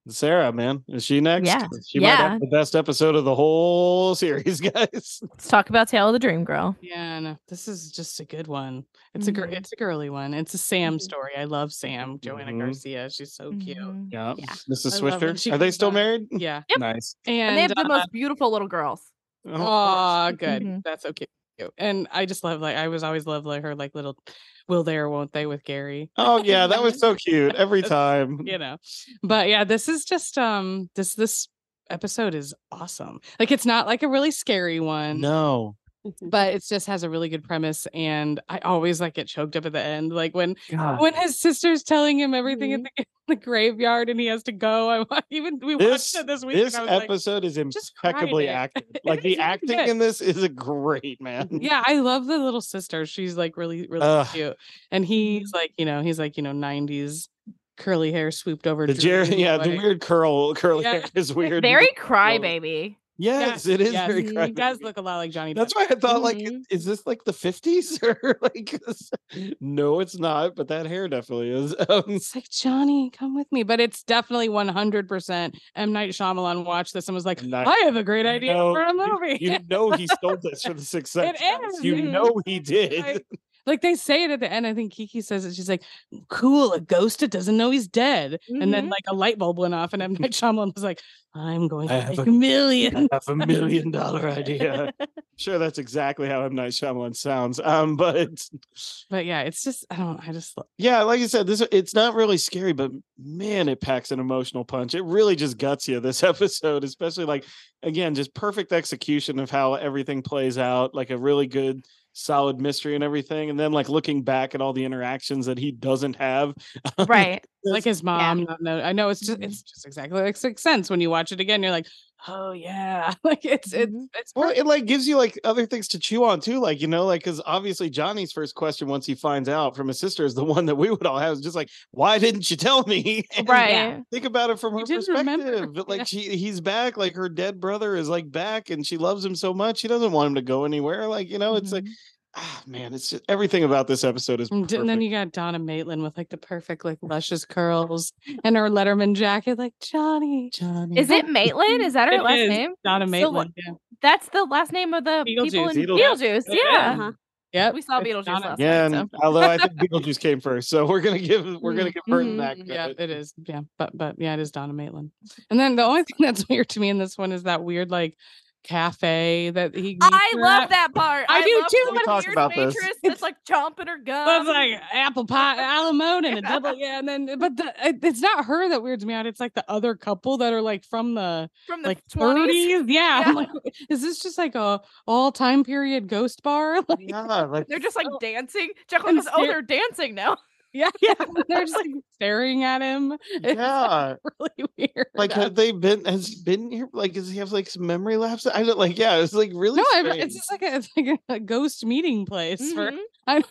Sarah, man. Is she next? Yeah. She might Yeah. have the best episode of the whole series, guys. Let's talk about Tale of the Dream Girl. Yeah, no, this is just a good one. It's a gr- Mhm. it's a girly one. It's a Sam Mhm. story. I love Sam, Joanna Mm-hmm. Mhm. Garcia. She's so cute. Mhm. Yeah. Yeah. Mrs. I love when Swisher. she Are they comes still on. married? Yeah, Nice. and, And, they have the uh, most beautiful little girls. Oh, good. Mhm. That's so cute. And I just love like I was always love like her like little will they or won't they with Gary. Oh yeah, that was so cute every That's- Mm-hmm. time. You know. But yeah, this is just um this this episode is awesome. Like it's not like a really scary one. No. But it just has a really good premise, and I always like get choked up at the end, like when God. when his sister's telling him everything at Mm-hmm. the, the graveyard, and he has to go. I wa- even we This- watched it this week. This and I was like, episode is "Just cried impeccably it." acted. Like It's the really acting good. in this is a great man. yeah i love the little sister she's like really really Ugh. Mm-hmm. cute and he's like you know he's like you know 90s curly hair swooped over The Jerry, droopy, yeah, the like- weird curl, curly Yeah. hair is weird. Very crybaby. Yes, it is yes, very he he crybaby. does look a lot like johnny That's Depp. why I thought, like, Mhm. Mm-hmm. is this like the fifties or like? 'cause- No, it's not. But that hair definitely is. Um, it's like johnny come with me but it's definitely 100% m night Shyamalan watched this and was like Night- i have a great idea know- for a you- movie You know he stole this for the Sixth Sense. is, You mhm. know he did. Like, like they say it at the end. I think Kiki says it. She's like, "Cool, a ghost that doesn't know he's dead." And then Mm-hmm. Mhm. like a light bulb went off, and M Night Shyamalan was like, "I'm going to I have make a- a million. I have a million dollar idea. sure, that's exactly how M Night Shyamalan sounds. Um, but But yeah, it's just I don't. I just lo- yeah, like you said, this it's not really scary, but man, it packs an emotional punch. It really just guts you this episode, especially like again, just perfect execution of how everything plays out, like a really good solid mystery and everything and then like looking back at all the interactions that he doesn't have Mm-hmm. Right. like his mom. Not know. I know it's just Mhm. it's Mm-hmm. just exactly like Sixth Sense. When you watch it again, you're like, "Oh yeah!" Like it's it's Mhm. it's Mm-hmm. Well, perfect. it like gives you like other things to chew on too, like you know, like because obviously Johnny's first question once he finds out from his sister is the one that we would all have is just like, why didn't you tell me? And Right. Think about it from You her didn't perspective. remember. But like Yeah. she, he's back. Like her dead brother is like back, and she loves him so much, she doesn't want him to go anywhere. Like Oh, you know, it's like, Mm-hmm. ah, man, it's just everything about this episode is. Mm-hmm. And d- and then perfect. you got Donna Maitland with like the perfect, like luscious curls and her Letterman jacket, like Johnny. Johnny. Is it Maitland? Is that her It last is name? Donna So what- Maitland? yeah. That's the last name of the people Beetlejuice. in Beetlejuice. Beetlejuice. Yeah. Yeah. Uh-huh. Yep. We saw it's Beetlejuice Donna- last yeah, night. so- and although I think Beetlejuice came first, so we're gonna give we're gonna give her Mhm, that. Yeah, credit. it is. Yeah, but but yeah, it is Donna Maitland. And then the only thing that's weird to me in this one is that weird like cafe that he. meets I her love at. that part. I do love too. the We talked weird about this. waitress That's like chomping her gum. That's like apple pie, alamone, and Yeah. a double. Yeah, and then but the, it- it's not her that weirds me out. It's like the other couple that are like from the from the like 20s. thirties. Yeah, Yeah. I'm like, is this just like a all time period ghost bar? Like, Yeah, like They're just like dancing. Jacqueline And goes, "Oh, stare- they're dancing now." yeah, yeah. They're just like staring at him. It's yeah. really weird. Like, have they been? Has he been here? Like, does he have like some memory lapse? I don't like. Yeah, it's like really. no, I, strange. it's just like a, it's like a, a ghost meeting place for Mhm. I know.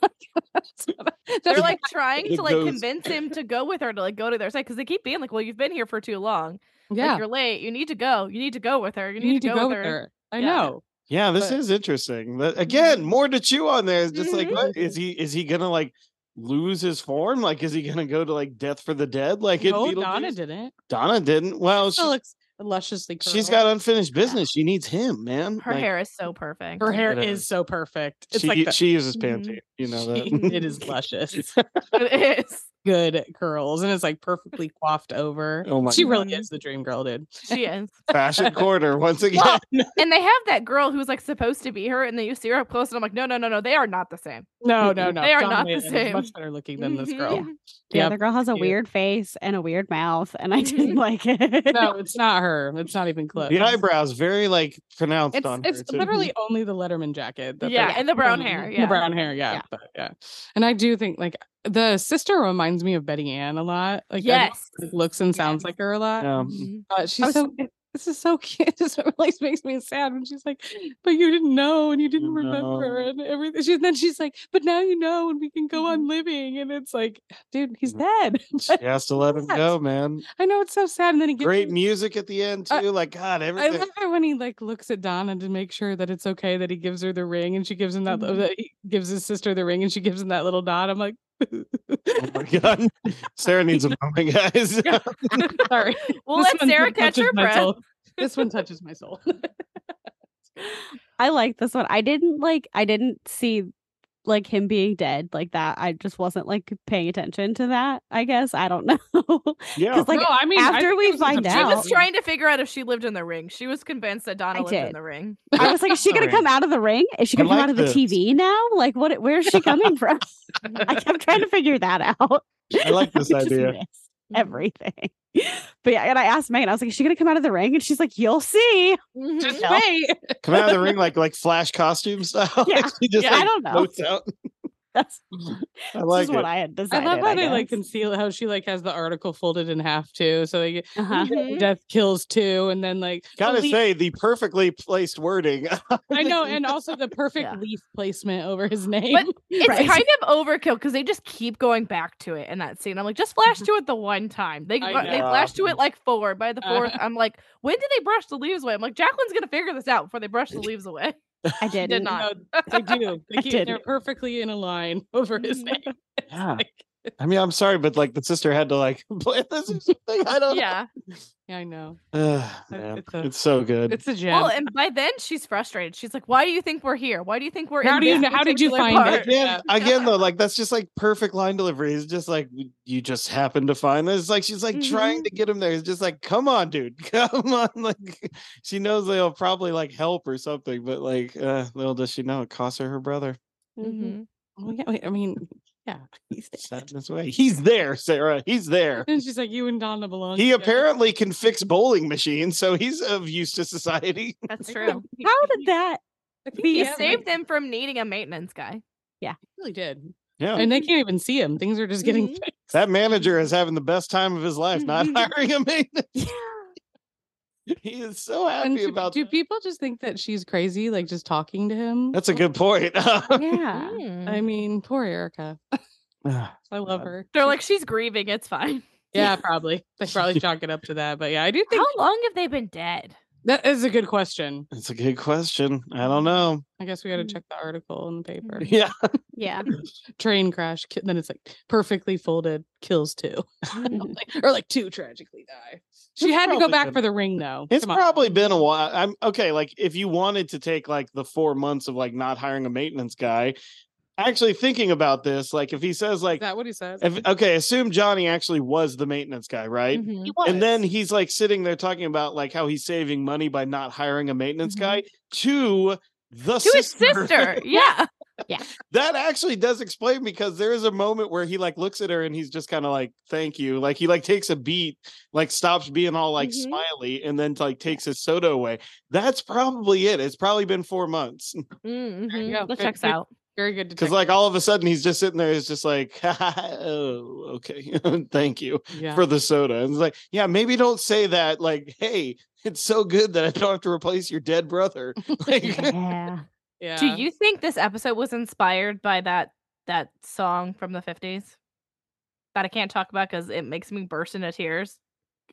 That's what I- They're that's- like trying The to like ghost. convince him to go with her to like go to their side because they keep being like, "Well, you've been here for too long. Like, yeah, you're late. You need to go. You need to go with her. You you need, to, go, with her." I Yeah. know. Yeah, this But- Mm-hmm. is interesting. That- again, more to chew on there. It's just Mhm. like, what is he? Is he gonna like lose his form? Like, is he gonna go to like death for the dead? Like, in No, Donna Beetlejuice? didn't. Donna didn't. Well, she, Still looks lusciously. she's curled. got unfinished business. She needs him, man. Her Like, hair is so perfect. her hair It is is. so perfect. It's she, like the, mm-hmm. she uses Mhm. Pantene. You know that. it is luscious, it is. good curls, and it's like perfectly coiffed over. Oh my she really God. is the dream girl, dude. She is. fashion quarter once again. Well, and they have that girl who's like supposed to be her, and then you see her up close, and I'm like, no, no, no, no, they are not the same. No, Mm-mm. no, no. They are John not the Maiden is same. Much better looking than this Mhm. girl. The Yep. other girl has a cute. weird face and a weird mouth, and I didn't Mhm. like it. Mm-hmm. no, it's not her. It's not even close. the eyebrows very like pronounced It's on her. it's too. literally only the Letterman jacket. that Yeah, they're- and the brown hair, and yeah. the brown hair. Yeah, Yeah. but yeah. And I do think like the sister reminds me of Betty Ann a lot. Like everyone, yes. like, looks and sounds Yes. like her a lot. Um, Mhm. But she's was- so. This is so cute. This really makes me sad when she's like, "But you didn't know, and you didn't Didn't remember, know. and everything." She, then she's like, "But now you know, and we can go Mm-hmm. on living." And it's like, dude, he's Mhm. dead. she has to let him Yes. go, man. I know it's so sad. And then he gets Great music at the end too. I- like God, Uh, I everything. love it when he like looks at Donna to make sure that it's okay that he gives her the ring, and she gives him that. Mhm. that he gives his sister the ring, and she gives him that little dot. I'm like, Oh my God, Sarah needs a moment, guys. sorry. We'll this let one Sarah catch touches her my breath. soul. This one touches my soul. I like this one. I didn't like I didn't see like him being dead like that. I just wasn't like paying attention to that, I guess. I don't know. Because yeah, like no, I mean, I after think we it was just a find choice. She out- was trying to figure out if she lived in the ring. She was convinced that Donna I lived in did. the ring. I was like, is she gonna come out of the ring? Is she I gonna come like out of the this. TV now? Like what where's she coming from? I kept trying to figure that out. I like this I just idea. missed Everything. But yeah, and I asked Megan, I was like, is she gonna come out of the ring? And she's like, You'll see. Mhm. Just No. wait. Come out of the ring like like Flash costume style. Like, Yeah. she just Yeah, I like, don't know. floats out. That's I this like is what it. I had I decided. love how they like guess. conceal how she like has the article folded in half too. So like Uh-huh. you know, Mhm. death kills two, and then like Gotta leaf, say, the perfectly placed wording. I know, and also the perfect Yeah. leaf placement over his name. It's Right. kind of overkill because they just keep going back to it in that scene. I'm like, just flash to it the one time. They I they know. flash to it like four. By the Uh-huh. 4th i I'm like, when did they brush the leaves away? I'm like, Jacqueline's gonna figure this out before they brush the leaves away. I did didn't. not. No, they do. They I keep, they're didn't. perfectly in a line over his Mhm. name. It's Yeah. like- I mean, I'm sorry, but like the sister had to like plant this or something. I don't. yeah. yeah, I know. Ugh, man, It's a- it's so good. It's a gem. Well, and by then she's frustrated. She's like, why do you think we're here? Why do you think we're how in do you this know? How did you particular find part?" it? Yeah. again, again though, like that's just like perfect line delivery. It's just like w- you just happen to find this. It's like she's like trying to get him there. It's just like, come on, dude, come on. Like she knows they'll probably like help or something, but like uh, little does she know it costs her her brother. Mhm. Well, yeah, wait, I mean, yeah, he's dead. Sad this way. He's there, Sarah. He's there. And she's like, "You and Donna belong." He together." apparently can fix bowling machines, so he's of use to society. That's I true. How did that I think He He Yeah, like- saved them from needing a maintenance guy. really did, Yeah. and they can't even see him. Things are just getting Mhm. fixed. That manager is having the best time of his life, not Mm-hmm. hiring a maintenance. He is so And happy do, about do people just think that she's crazy, like just talking to him? That's a good point. yeah. Mm-hmm. I mean, poor Erica. I love God. her. They're like, she's grieving. It's fine. yeah, probably. They probably chalk it up to that. But yeah, I do think How long have they been dead? that is a good question. That's a good question. I don't know. I guess we got to Mm. check the article in the Mm-hmm. paper. Yeah. Yeah. Train crash. Ki- then it's like perfectly folded kills two, Like- or like two tragically die. She Mm-hmm. It's had to go probably back been- for the ring though. It's Come on. probably been a while. I'm okay. Like, if you wanted to take like the four months of like not hiring a maintenance guy, actually thinking about this, like if he says Is like, that what he says? if, okay, assume Johnny actually was the maintenance guy, right? Mhm. And then he's like sitting there talking about like how he's saving money by not hiring a maintenance Mhm. guy to the To his sister. Yeah. that actually does explain because there is a moment where he like looks at her and he's just kind of like thank you like he like takes a beat like stops being all like Mhm. smiley and then like takes his soda away that's probably it it's probably been four months Mm-hmm. you go. That Good- checks good- out. Very good. because like all of a sudden he's just sitting there it's just like oh okay thank you detective. yeah. for the soda and it's like yeah maybe don't say that like hey it's so good that i don't have to replace your dead brother like Yeah. yeah. Do you think this episode was inspired by that that song from the 50s that I can't talk about because it makes me burst into tears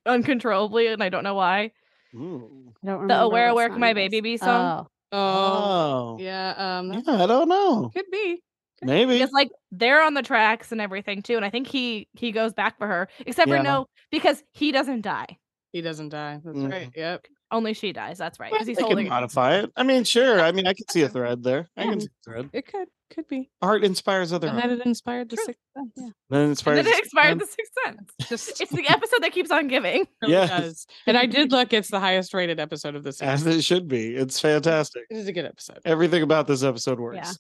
uncontrollably and I don't know why. Ooh. I don't remember The Aware what Aware Can song My it Baby is. Be song. Oh, Oh, Oh, yeah. yeah. Um, that I don't know. could be. Maybe. Because like they're on the tracks and everything too. And I think he he goes back for her. Except Yeah. for no, because he doesn't die. He doesn't die. That's Mhm. right. Yep. Only she dies. That's right. Well, Because he's they can holding modify it. I mean, sure. I mean, I can see a thread there. I Yeah. can see a thread. It could. Could be. Art inspires other And art. that it inspired the Sure. sixth sense. Yeah. Then it and inspires. then it expired um, the sixth sense. Just It's the episode that keeps on giving. really Yeah. does. And I did look. It's the highest rated episode of this. as season. it should be. It's fantastic. It is a good episode. Everything about this episode works.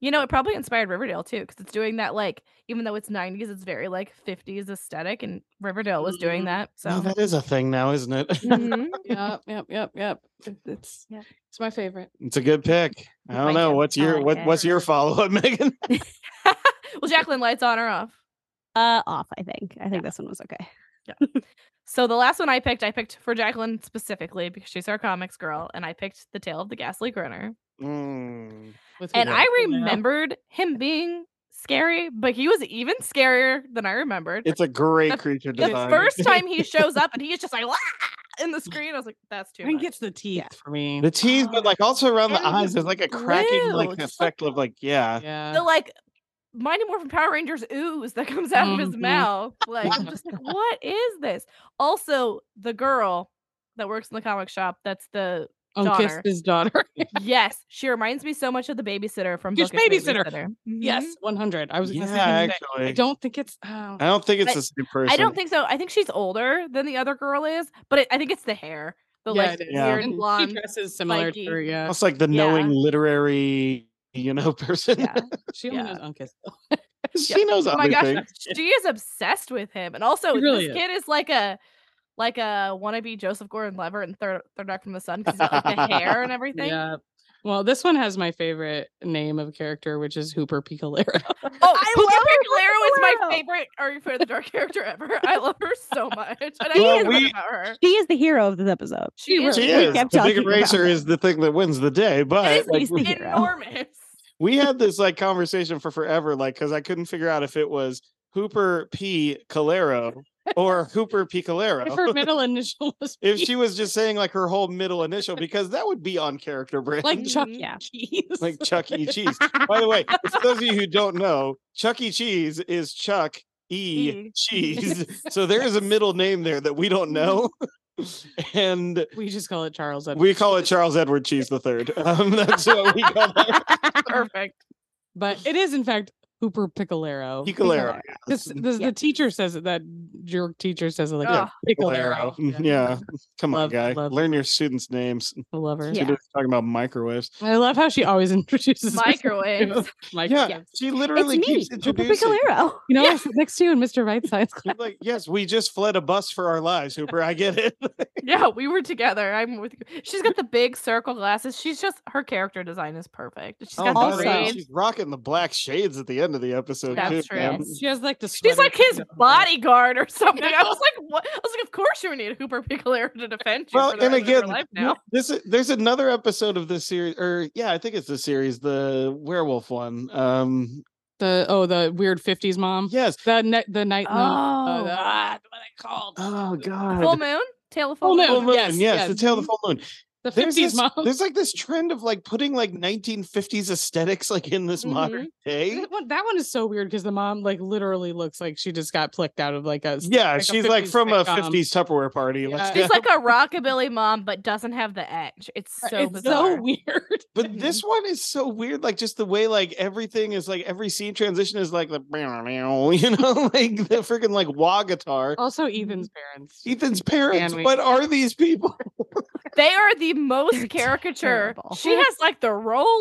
You know, it probably inspired Riverdale too, because it's doing that like, even though it's 90s, it's very like 50s aesthetic, and Riverdale was doing Mm-hmm. Mhm. that. So No, that is a thing now, isn't it? Mhm. yep. Yep. Yep. Yep. It- It's Yep. it's my favorite. it's a good pick. I don't Thank know. you. What's I your like what, it. what's your follow up, Megan? well, Jacqueline lights on or off. uh, off. I think. I think this one was okay. So the last one I picked, I picked for Jacqueline specifically because she's our comics girl, and I picked The Tale of the Ghastly Grinner. Mm. With And Hugo. I Yeah. remembered him being scary, but he was even scarier than I remembered. It's a great The- creature the design. first time he shows up and he's just like "Wah!" in the screen. I was like, that's too I think much. it's the teeth for me. the teeth, but like also around the And eyes, there's like a cracking glue, like just effect of like yeah. yeah. The like Mighty Morphin Power Rangers ooze that comes out of his Mhm. mouth. Like, I'm just like, what is this? Also, the girl that works in the comic shop, that's the Unkissed daughter. Oh, Mm-hmm. his daughter. yes, she reminds me so much of the babysitter from Yes, Bookish Babysitter. Mhm. yes, one hundred. I was yeah, gonna say him today. actually. I don't think it's. Oh, I don't think But it's the same person. I don't think so. I think she's older than the other girl is, but it, I think it's the hair, the yeah, like it is. Yeah. weird And She blonde. dresses similar spiky. to her. Yeah. it's like the Yeah. knowing literary, you know, person. Yeah. She only Yeah. knows unkissed. she knows Oh other my gosh, things. she is obsessed with him, and also She really this is. kid is like a like a wannabe Joseph Gordon-Levitt and Third Third Rock from the Sun because he's got like the hair and everything. Yeah. Well, this one has my favorite name of character, which is Hooper Picolero. Oh, I Poopa love Piccolero is my Piccolero. favorite Are for the Dark character ever. I love her so much, and I Well, can't we- about her. She is the hero of this episode. She, is, She We is. kept The big talking about eraser it. is the thing that wins the day, it but is like, She's the hero. enormous. we had this like conversation for forever, like because I couldn't figure out if it was Hooper P. Calero or Hooper P. If her Calero. middle initial was If she was just saying like her whole middle initial, because that would be on character brand, like Chuck Mhm. E. Yeah. Cheese, like Chuck E. Cheese. By the way, for those of you who don't know, Chuck E. Cheese is Chuck E. E. Cheese. So there is a middle name there that we don't know, and we just call it Charles. Edward we call it Cheese. Charles Edward Cheese the Third. Um, that's what we call it. Perfect. but it is in fact Hooper Picolero. Picolero. This, this, Yeah. The teacher says it. That jerk teacher says it like Ugh. Picolero. Mm-hmm. Yeah. Come on, Love- guy. love- Learn your students' names. I love her. Yeah. Students talking about microwaves. I love how she always introduces herself. Microwaves. Yeah, Microwaves. she It's literally me, keeps Pooper introducing. Picolero. You know, I sit next to you in Mr. Right Side's class. She's Like, yes, we just fled a bus for our lives, Hooper. I get it. Yeah, we were together. I'm with you. She's got the big circle glasses. She's just her character design is perfect. She's got the by the way, braids. Oh, she's rocking the black shades at the end of the episode. That's too, true. man. Yes. She has like the. She's like sweater his thing. bodyguard or something. I was like, what? I was like, of course you would need Hooper Picolero to defend you. Well, for the and rest of your again, life no- now. This is, there's another episode of this series, or yeah, I think it's the series, the werewolf one. Um, The oh, the weird fifties mom. yes. The ne- the night. Oh. Uh, the, ah, what I called. Oh God. Full moon, tail of Full full moon. Mm-hmm. Moon. Full moon. Yes, Yes, yes. the tail of the full moon. The There's fifties this- mom. There's like this trend of like putting like 1950s aesthetics like in this modern Mm-hmm. day. That one, that one is so weird because the mom like literally looks like she just got flicked out of like a s- Yeah, a she's like 50s from a sitcom. 50s Tupperware party. Like, Yeah. She's like a rockabilly mom, but doesn't have the edge. It's so Uh, it's bizarre. so weird. but this one is so weird. Like just the way like everything is like every scene transition is like the you know like the freaking like wah guitar. Also, Ethan's Mm-hmm. parents. Ethan's parents. we- What are these people? they are the most They're caricature. terrible. She has like the rollers.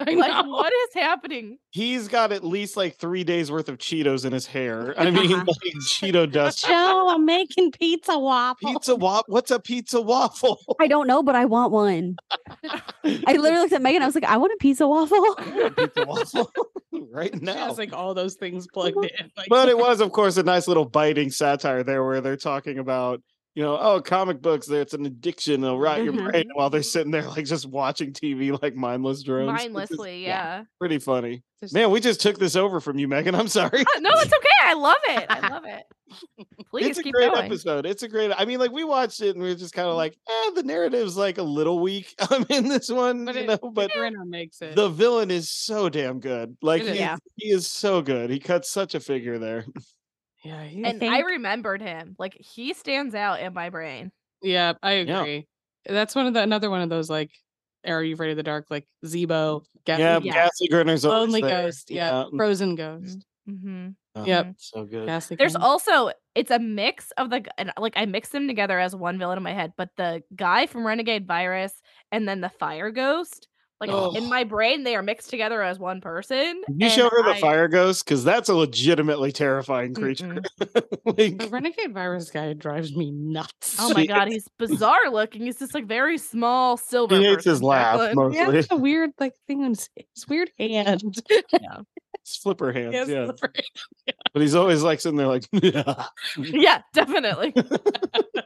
I Like, know. what is happening? He's got at least like three days worth of Cheetos in his hair. I mean, Uh-huh. like Cheeto dust. Joe, I'm making pizza waffles. Pizza waffle. What's a pizza waffle? I don't know, but I want one. I literally looked at Megan. I was like, I want a pizza waffle. I want a pizza waffle right now. She has like all those Mm-hmm. things plugged in. Like, but it was, of course, a nice little biting satire there where they're talking about, you know, oh, comic books, there it's an addiction. They'll rot your brain Mhm. while they're sitting there, like just watching TV, like mindless drones. It's just mindlessly. Yeah. Pretty funny. Just- Man, we just took this over from you, Megan. I'm sorry. Ah, no, it's okay. I love it. I love it. Please it's a keep great going. episode. It's a great. I mean, like we watched it and we were just kind of like, eh, the narrative's like a little weak um, in this one, But you it- know. But Brenner makes it. the villain is so damn good. Like, It he, is. Yeah. he is so good. He cuts such a figure there. yeah, he- and I think- remembered him. Like he stands out in my brain. yeah, I Yeah. agree. That's one of the another one of those like, are you afraid of the dark? Like Zebo, Gat- yeah, yeah. Ghastly Grinner's always Lonely there. mm. Ghost, yeah, Frozen Ghost. Mm-hmm. Oh, Yep. so good. Ghastly There's Grin- also it's a mix of the g- and like I mix them together as one villain in my head, but the guy from Renegade Virus and then the Fire Ghost. Like Oh. in my brain, they are mixed together as one person. Did You and show her the I- fire ghost because that's a legitimately terrifying creature. Mm-mm. like, the renegade virus guy drives me nuts. Oh my See, god, he's bizarre looking. He's just like very small silver. he hates his person, laugh Jacqueline. Yeah, mostly. it's a weird like thing on his, his weird hand. It's flipper hands, Yes, yeah. the fr- But he's always like sitting there, like, Yeah, definitely.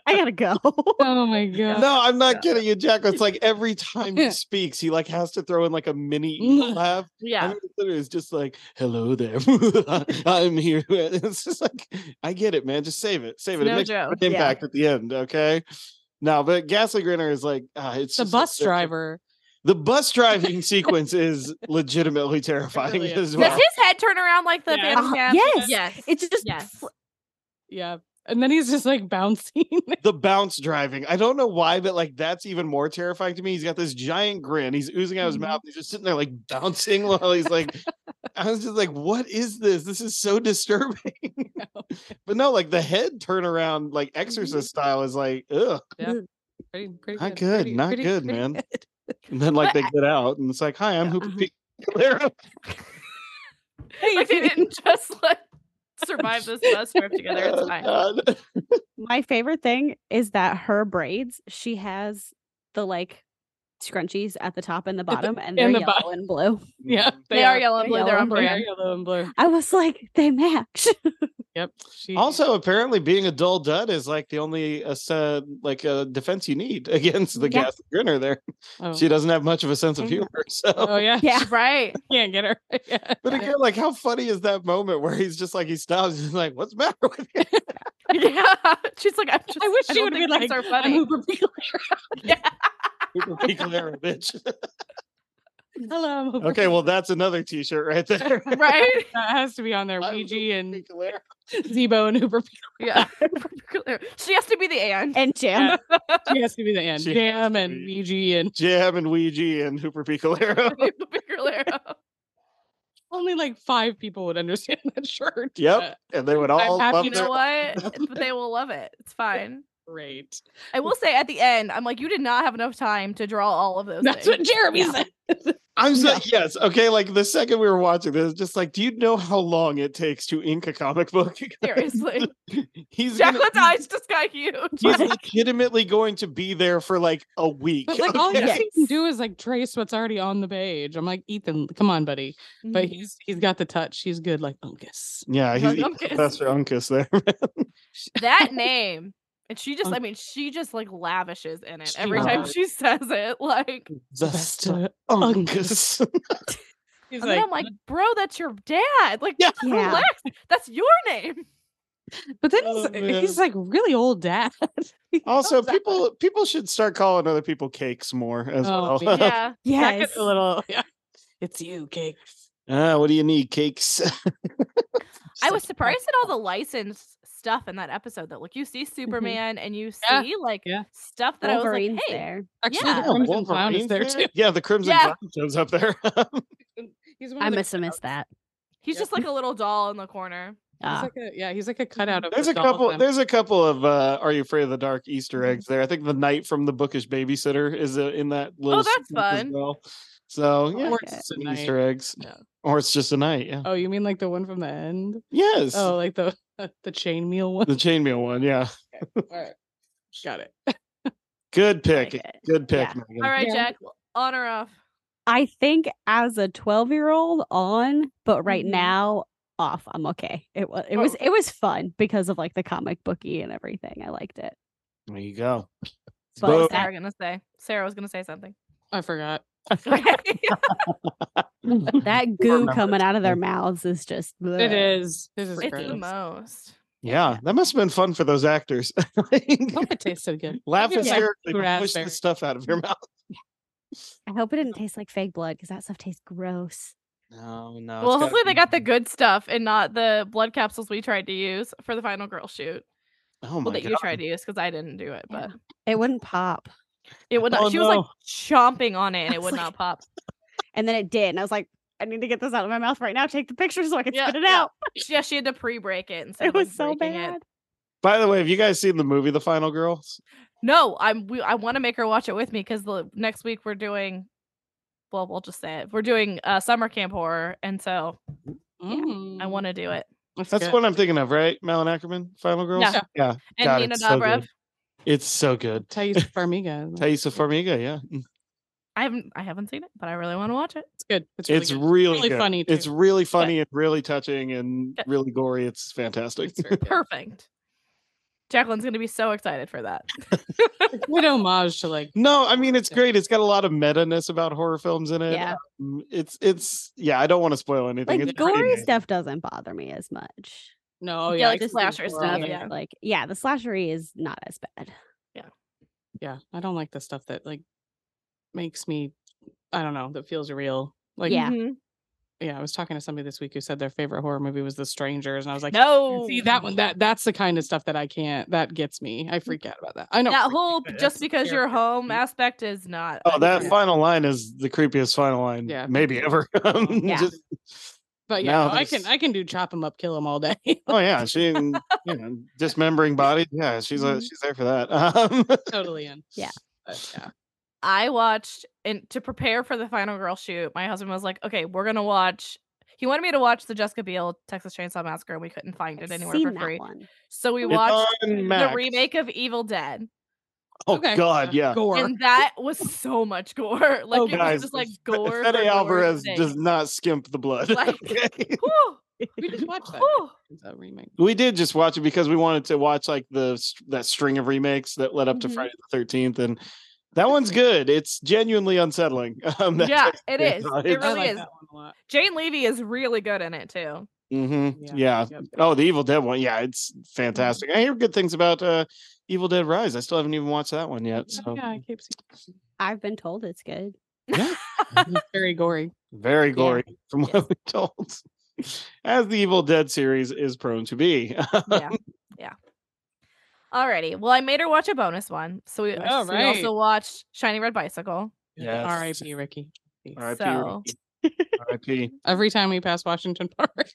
I gotta go. Oh my god. no, I'm not Yeah. kidding you, Jack. It's like every time he speaks, he like has to throw in like a mini evil laugh. I Yeah. mean, it's literally, it's just like, "Hello there, I'm here." It's just like, I get it, man. Just save it, save it. It's it no makes more joke, an impact at the end, okay? No, but Ghastly Grinner is like, ah, it's The just, like, bus they're- driver. The bus driving sequence is legitimately terrifying really is. as Does well. his head turn around like the Yeah. Uh-huh. Phantom Uh, Cab? yes. Yes. It's just yes. Yeah. And then he's just like bouncing. the bounce driving. I don't know why, but like that's even more terrifying to me. He's got this giant grin. He's oozing out his Mhm. mouth. He's just sitting there like bouncing while he's like, I was just like, what is this? This is so disturbing. but no, like the head turnaround, like Mm-hmm. exorcist style is like, ugh, pretty, pretty Not good, not good, man. good. mm-hmm. and then like they But get out and it's like, hi, I'm Hoopy Uh-huh. Pete Calero." Like they didn't just like survive this bus trip together. It's Oh, fine. God. My favorite thing is that her braids, she has the like scrunchies at the top and the bottom, and they're and the yellow bo- and blue. Yeah. They, are yellow and They're blue. yellow They're on and blue. They are brand. yellow and blue. I was like, they match. Yep. She, Also, apparently, being a dull dud is like the only uh, sa- like uh, defense you need against the Yeah. gas grinner. There, oh. she doesn't have much of a sense of I know. humor. So, oh yeah. yeah. Right. Can't get her. Yeah. but again, like, how funny is that moment where he's just like he stops, he's like, "What's the matter with you?" Yeah. She's like, I'm just, I wish I she don't would be think like, kids are I'm funny. Hooper P. Cooper P. Calero, bitch. Hello. I'm Hooper Okay, well, that's another T-shirt right there. right? That has to be on there. I'm Ouija P. and Calero. Zebo and Hooper P. Yeah. she has to be the and. And Jam. She has to be the end. She Jam and be. Ouija and Jam and Ouija and Hooper P. Calero. only like five people would understand that shirt. Yep. but and they would I'm all happy love You They're know their- what? But they will love it. It's fine. Great. I will say at the end, I'm like, you did not have enough time to draw all of those. That's things. what Jeremy Yeah. said. I'm so, yes, okay. Like the second we were watching this, just like, do you know how long it takes to ink a comic book? Seriously. he's gonna- Jacqueline's eyes just got huge. He's legitimately going to be there for like a week. But like all you Okay. can do is like trace what's already on the page. I'm like, Ethan, come on, buddy. But Mm-hmm. he's he's got the touch. He's good like fungus. yeah, he's Like, he's Uncas. Professor Uncas there. that name. And she just, Um, I mean, she just like lavishes in it she every time does. Oh. she says it. Like, Zesta Uncas. Uncas. He's and then I'm like, bro, that's your dad. Like, Yeah. Yeah. relax. That's your name. but then Oh, he's, man. he's like really old dad. Also, that. people people should start calling other people cakes more as well. Oh, Yeah. That Yes. gets a little yeah. It's you, cake. Ah, what do you need, cakes? I was surprised at all the licensed stuff in that episode. That like you see Mm-hmm. Superman and you see Yeah. like Yeah. stuff that I was Wolverine's like, hey, there. Actually, Yeah. the Crimson Clown is Wolverine's there too. Yeah, the Crimson Yeah. Clown shows up there. He's one I of the must have cutouts. missed that. he's Yeah. just like a little doll in the corner. He's Ah. like a, yeah, he's like a cutout of. there's the a doll couple. from- There's a couple of uh, "Are You Afraid of the Dark" Easter Mm-hmm. Mhm. eggs there. I think the night from the bookish babysitter is uh, in that Oh, little. that's sequence as fun. well. So yeah, Or like it's a- just a some knight. Easter eggs, Yeah. or it's just a night. Yeah. Oh, you mean like the one from the end? Yes. Oh, like the the chain meal one. The chainmail one. Yeah. Alright. Got it. Good Like pick. it. Good pick. Yeah. Megan. All right, Yeah. Jack, l- on or off? I think as a 12 year old on, but right Mhm. now off. I'm okay. It was it Mm-hmm. Oh, was okay. it was fun because of like the comic booky and everything. I liked it. There you go. But Boom. is that- Sarah gonna say. Sarah was gonna say something. I forgot. Okay. that goo remember coming out of their something. mouth is just It bleh. is. This is it's gross. the most. yeah, that must have been fun for those actors. Oh, Hope it tastes so good. Laugh Yeah. hysterically, but push the Raspberry. stuff out of your mouth. I hope it didn't taste like fake blood because that stuff tastes gross. No, no. it's Well, gotta hopefully they be- got the good stuff and not the blood capsules we tried to use for the final girl shoot. Oh my well, that god! you tried to use because I didn't do it, Yeah. but It wouldn't pop. it would not. Oh, she was like no. chomping on it and I it was would like, not pop. And then it did. And I was like, I need to get this out of my mouth right now. Take the picture so I can Yeah, spit it yeah. out. Yeah, she had to pre-break it instead It of like, was so breaking it. bad. By the way, have you guys seen the movie The Final Girls? No, I'm. We, I want to make her watch it with me because the next week we're doing. Well, we'll just say it. We're doing uh, summer camp horror, and so I Mm-hmm. Mm. want to do it. That's good. what I'm thinking of, right? Malin Ackerman, Final Girls. Yeah. yeah. And God, Nina it's so Dobrev. good. It's so good. Thais Farmiga. isn't it? Thaisa Farmiga, yeah. I haven't. I haven't seen it, but I really want to watch it. It's good. It's really, It's good. really, Really good. funny, It's too. really funny and really touching and Good. really gory. It's fantastic. It's very good. Perfect. Jacqueline's gonna be so excited for that. It's a good homage to like no, I mean it's Yeah. great. It's got a lot of meta ness about horror films in it. Yeah. Um, it's it's yeah. I don't want to spoil anything. Like it's pretty gory amazing. stuff doesn't bother me as much. no, yeah, Yeah, like I the can see the slasher horror stuff, there. yeah. Like, yeah, the slashery is not as bad. yeah. I don't like the stuff that like makes me. I don't know. That feels real. Like Yeah. Mm-hmm. Mhm. yeah, I was talking to somebody this week who said their favorite horror movie was The Strangers, and I was like, No, Mm. see that one that that's the kind of stuff that I can't. That gets me. I freak out about that. I know that whole just That's because you're terrible. home aspect is not. Oh, that Yeah. final line is the creepiest final line, Yeah. maybe ever. Um, Yeah. just- but yeah, now no, I can there's- I can do chop them up, kill them all day. oh yeah, she you know, dismembering bodies. Yeah, she's uh Mm-hmm. Mhm. she's there for that. Um, totally in. Yeah. But, yeah. I watched and to prepare for the final girl shoot, my husband was like, "Okay, we're gonna watch." He wanted me to watch the Jessica Biel Texas Chainsaw Massacre, and we couldn't find I've it anywhere seen for that free. one. So we It's watched on the Max. remake of Evil Dead, Oh Okay. uh, God, yeah. Gore. and that was so much gore. Like Oh, it Guys, was just like Fe- gore. Fede for gore's Alvarez sake. does not skimp the blood. Like- okay? Whew, we just watched that. whew. It's a remake. We did just watch it because we wanted to watch like the s- that string of remakes that led up to Mm-hmm. Mhm. Friday the Thirteenth, and that one's good. It's genuinely unsettling. Um, that Yeah, Texas it Chainsaw, is. it's- It I really like is. that one a lot. Jane Levy is really good in it too. Mhm, Yeah. Mm-hmm. Yeah. Yep. Oh, the Evil Dead one. Yeah, it's fantastic. I hear good things about uh, Evil Dead Rise. I still haven't even watched that one yet. So Yeah, I keep seeing. I've been told it's good. It's very gory. very Yeah. gory from what Yes. we're told. As the Evil Dead series is prone to be. Yeah, yeah. Alrighty. Well, I made her watch a bonus one, so we, Oh, so we also right. watched Shiny Red Bicycle. Yes. R.I.P. Ricky. RIP. So- RIP. Every time we pass Washington Park,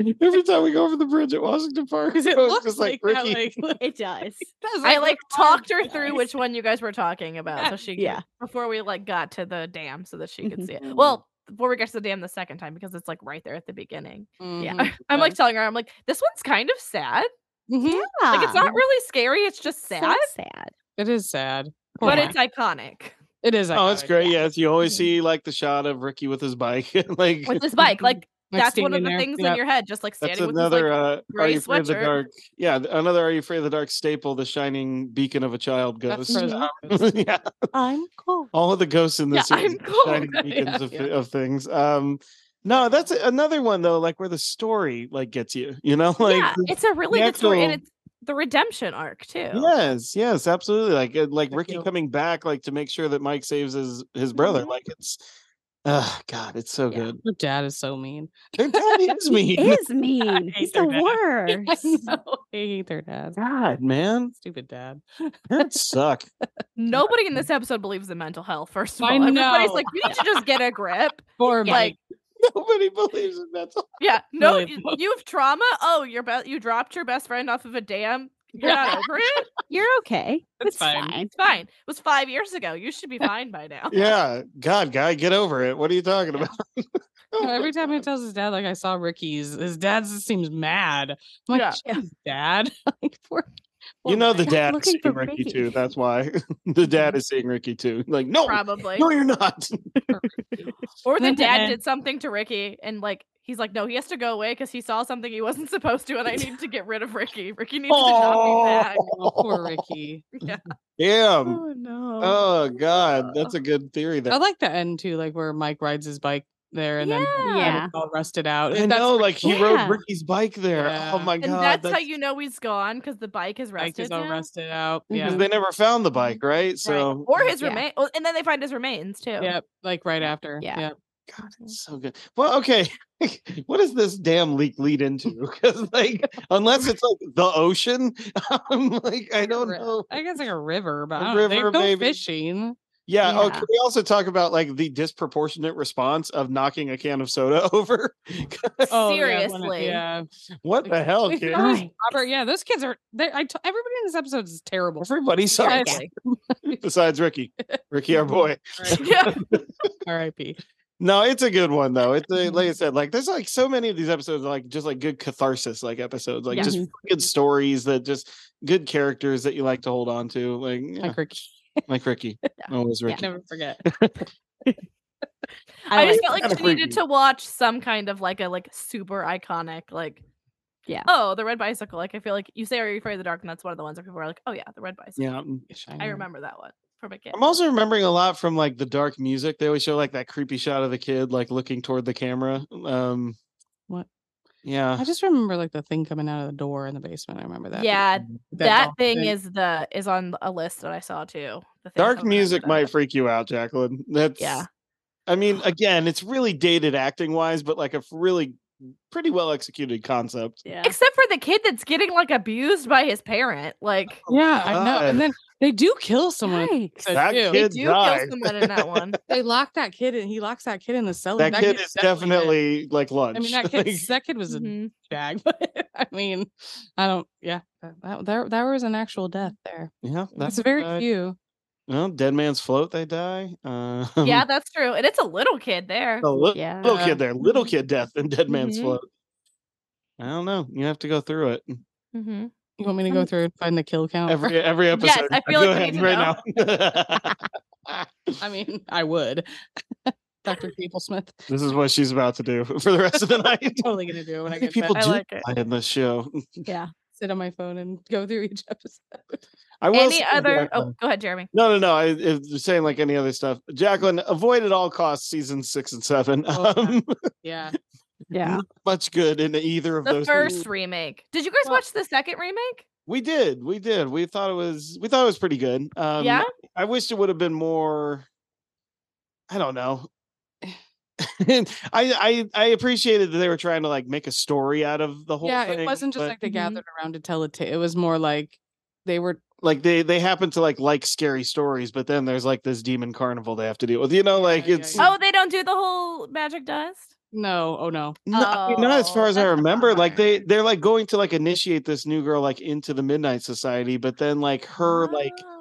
Every time we go over the bridge at Washington Park, because it it's looks just like, that, like, It does. that's I like talked her guys. through which one you guys were talking about, so she could- Yeah. before we like got to the dam, so that she could see it. Mhm. Well, before we got to the dam the second time because it's like right there at the beginning. Mhm. Yeah, I'm like telling her, I'm like, this one's kind of sad. Mm-hmm. Mhm. Like it's not really scary; it's just Ah, so sad, sad. It is sad, Poor but Mike. it's iconic it is. Oh, it's iconic. great. Yes. You always Mhm. see like the shot of Ricky with his bike. like with this bike. Like Like that's one of standing the there, things yeah. in your head, just like that's standing with this, like, another uh Are gray You Afraid of the sweatshirt. Dark. Yeah, th- another Are You Afraid of the Dark staple, the shining beacon of a child That's ghost. frozen. yeah. I'm cool. All of the ghosts in this Yeah, series I'm are cool. shining Yeah, beacons of, yeah. of things. Um no, that's a- another one though, like where the story like gets you, you know, like yeah, the- it's a really good story, and actual- it's the redemption arc too. Yes, yes, absolutely. Like uh, like I Ricky feel- coming back, like to make sure that Mike saves his his brother. Mhm. Like it's, uh God, it's so Yeah. good. Your dad is so mean. Their dad is He mean. is mean. hate He's their the dad. I worst. know. I hate their dad. God, man, Stupid dad. that suck. Nobody in this episode believes in mental health. First of all, I everybody's know. like, you need to just get a grip. Poor Yeah. Mike. Nobody believes in mental. Yeah, no, Really you, low. you have trauma. Oh, your be- you dropped your best friend off of a dam. You're not over it. You're okay. That's it's fine. fine. It's fine. It was five years ago. You should be fine by now. Yeah, God, guy, get over it. What are you talking Yeah. about? No, Oh my every time he God. tells his dad, like I saw Ricky's, his dad just seems mad. I'm like, Yeah. "Jeez, dad. like, poor, you know the Stop dad is looking seeing for Ricky, Ricky. too. That's why the dad is seeing Ricky too. Like no, Probably. no, you're not. Or the Then to dad add- did something to Ricky and like he's like, no, he has to go away because he saw something he wasn't supposed to, and I need to get rid of Ricky. Ricky needs to knock me back. Oh, poor Ricky. Damn. Oh no. Um, Oh God, that's a good theory. I That like the end too, like where Mike rides his bike there and then Yeah. and Yeah. it's all rusted out. I That's know, pretty like he cool. Yeah. rode Ricky's bike there. Oh Yeah. my And God, that's, how you know he's gone because the bike is bike rusted. is all now. rusted out. Mhm. Yeah. because they never found the bike, right? So Right. or his Yeah. remains, and then they find his remains too. Yep. Like right after. Yeah. Yep. God, it's so good. Well, okay. what does this damn leak lead into? Because like, unless it's like the ocean, I'm like, I don't Ri- know. I guess like a river, but A I don't, they river, go maybe. fishing. Yeah. Oh, Yeah. can we also talk about like the disproportionate response of knocking a can of soda over? 'Cause Oh, yeah, one of- Seriously. Yeah. what the hell, It's kid? not- Robert, yeah, those kids are. they- I t- everybody in this episode is terrible. Everybody sucks Seriously. besides Ricky. Ricky, our boy. yeah. R.I.P. No, it's a good one though. It's a, like I said, like there's like so many of these episodes, are, like just like good catharsis, like episodes, like Yeah. just good stories that just good characters that you like to hold on to, like yeah, Like Ricky. like Ricky, Yeah. always Ricky. Never forget. I, just felt like that. like she Kinda needed freaky. to watch some kind of like a like super iconic like Yeah. Oh, the red bicycle. Like I feel like you say Are You Afraid of the Dark? And that's one of the ones that people are like, Oh yeah, the red bicycle. Yeah, mm. Mm. I remember that one from a kid. I'm also remembering a lot from like the dark music. They always show like that creepy shot of the kid like looking toward the camera. Um, What? Yeah, I just remember like the thing coming out of the door in the basement. I remember that. yeah, that, thing dolphin. is the is on a list that I saw too. The thing dark coming out music the- might freak you out, Jacqueline. That's Yeah. I mean, again, it's really dated acting wise, but like a f- really pretty well executed concept. Yeah. Except for the kid that's getting like abused by his parent. Like Yeah, I know. God. And then they do kill someone. in Yikes. episode That two. they kid do died. kill someone in that one. They lock that kid in. He locks that kid in the cellar. That, kid kid's is definitely like dead. lunch. I mean, that kid. Like, that kid was a Mhm. jag. But I mean, I don't. Yeah, that that, that, that was an actual death there. yeah, That's Mm. that's very died. few. Well, dead man's float. They die. Uh, Mm-hmm. Yeah, that's true. And it's a little kid there. a li- Yeah. little Yeah. Um, kid there, little kid death, and dead man's Mhm. float. I don't know. You have to go through it. Mm-hmm. You want me to go Um, through and find the kill count? every every episode. Yes, I feel Go like we ahead need to right now. I mean, I would. Dr. Smith. this is what she's about to do for the rest of the night. Totally gonna do it when I Why do get people people I do like it. that in the show. Yeah. sit on my phone and go through each episode. I will Any say, other Jacqueline- oh go ahead, Jeremy. No, no, no. I, it's saying like any other stuff. Jacqueline, avoid at all costs season six and seven. Oh, yeah. Um, Yeah. Yeah. Not much good in either of The those. first things. remake. Did you guys Well- watch the second remake? we did, we did. We thought it was, we thought it was pretty good. Um, yeah. I wish it would have been more. I don't know. I I I appreciated that they were trying to like make a story out of the whole. Yeah. thing, It wasn't just but, mm-hmm. like they Mhm. gathered around to tell a tale. It was more like they were like they they happen to like like scary stories, but then there's like this demon carnival they have to deal with. You know, Yeah, like yeah, it's yeah. Oh, they don't do the whole magic dust. no, oh no. no, I mean, not as Oh, far as I that's a remember. Like they bummer. they're like going to like initiate this new girl like into the Midnight Society, but then like her like Ah. Um,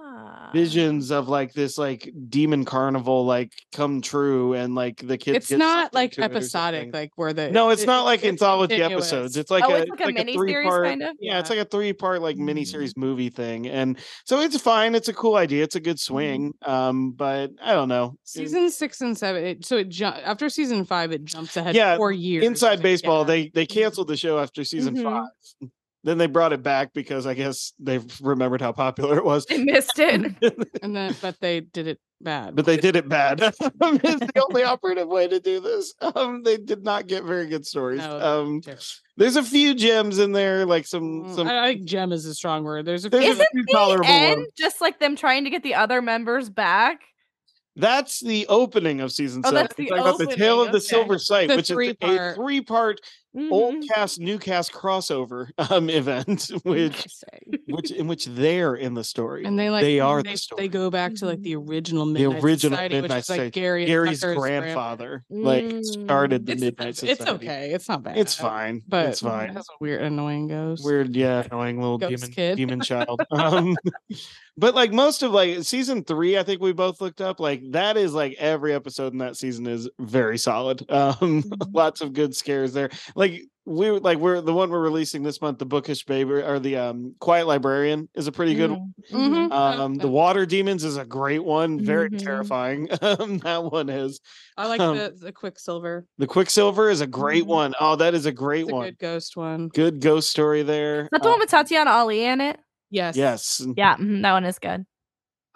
visions of like this like demon carnival like come true and like the kids It's get not sucked like into it or episodes, something. like where the No, it's it- not like anthology continuous. episodes. It's like oh, a, it's like a mini series three-part- kind of. Yeah, it's like a three part like mini series Mm. movie thing, and so it's fine. It's a cool idea. It's a good swing. Um, but I don't know. It- Mm-hmm. season six and seven. It, so it ju- after season five, it jumps ahead Yeah, four years. inside Yeah. Mm-hmm. baseball, they they canceled the show after season Mhm. five. Then they brought it back because I guess they remembered how popular it was. They missed it. and then but they did it bad. But they did it bad. it's the only operative way to do this. Um, they did not get very good stories. No, they um, terrible. there's a few gems in there, like some Mm, some I think gem is a strong word. There's a There's few- Isn't few the tolerable end ones. just like them trying to get the other members back? That's the opening of season Oh, seven. that's the It's about the tale opening, of the okay. silver sight, The Mm-hmm. which is a three-part- three-part Mm-hmm. old cast new cast crossover um event, which Interesting. which in which they're in the story. Mm-hmm. and they like They are the they, story. they go back to like the original The Midnight original Society, Midnight which is like Society. Gary and Gary's Tucker's grand- grandfather like started the It's, Midnight it's Society. okay. It's not bad. It's fine. But it's fine. That's a weird, annoying ghost. Weird, yeah, annoying little Ghost demon kid. demon child. Um, but like most of like season three, I think we both looked up. Like that is like Mm-hmm. every episode in that season is very solid. Um, lots of good scares there. Like we would- like we're the one we're releasing this month, the Bookish Baby or the um Quiet Librarian is a pretty good Mm. one. Mm-hmm. Mhm. Um, the Water Demons is a great one, very Mm-hmm. Mhm. terrifying. Um, that one is I like Um, the the Quicksilver. the Quicksilver is a great Mhm. one. Oh, that is a great It's Mm-hmm. a one. good ghost one. Good. ghost story there. That's the Uh, one with Tatiana Ali in it. Yes. yes. Yeah, mhm, that one is good.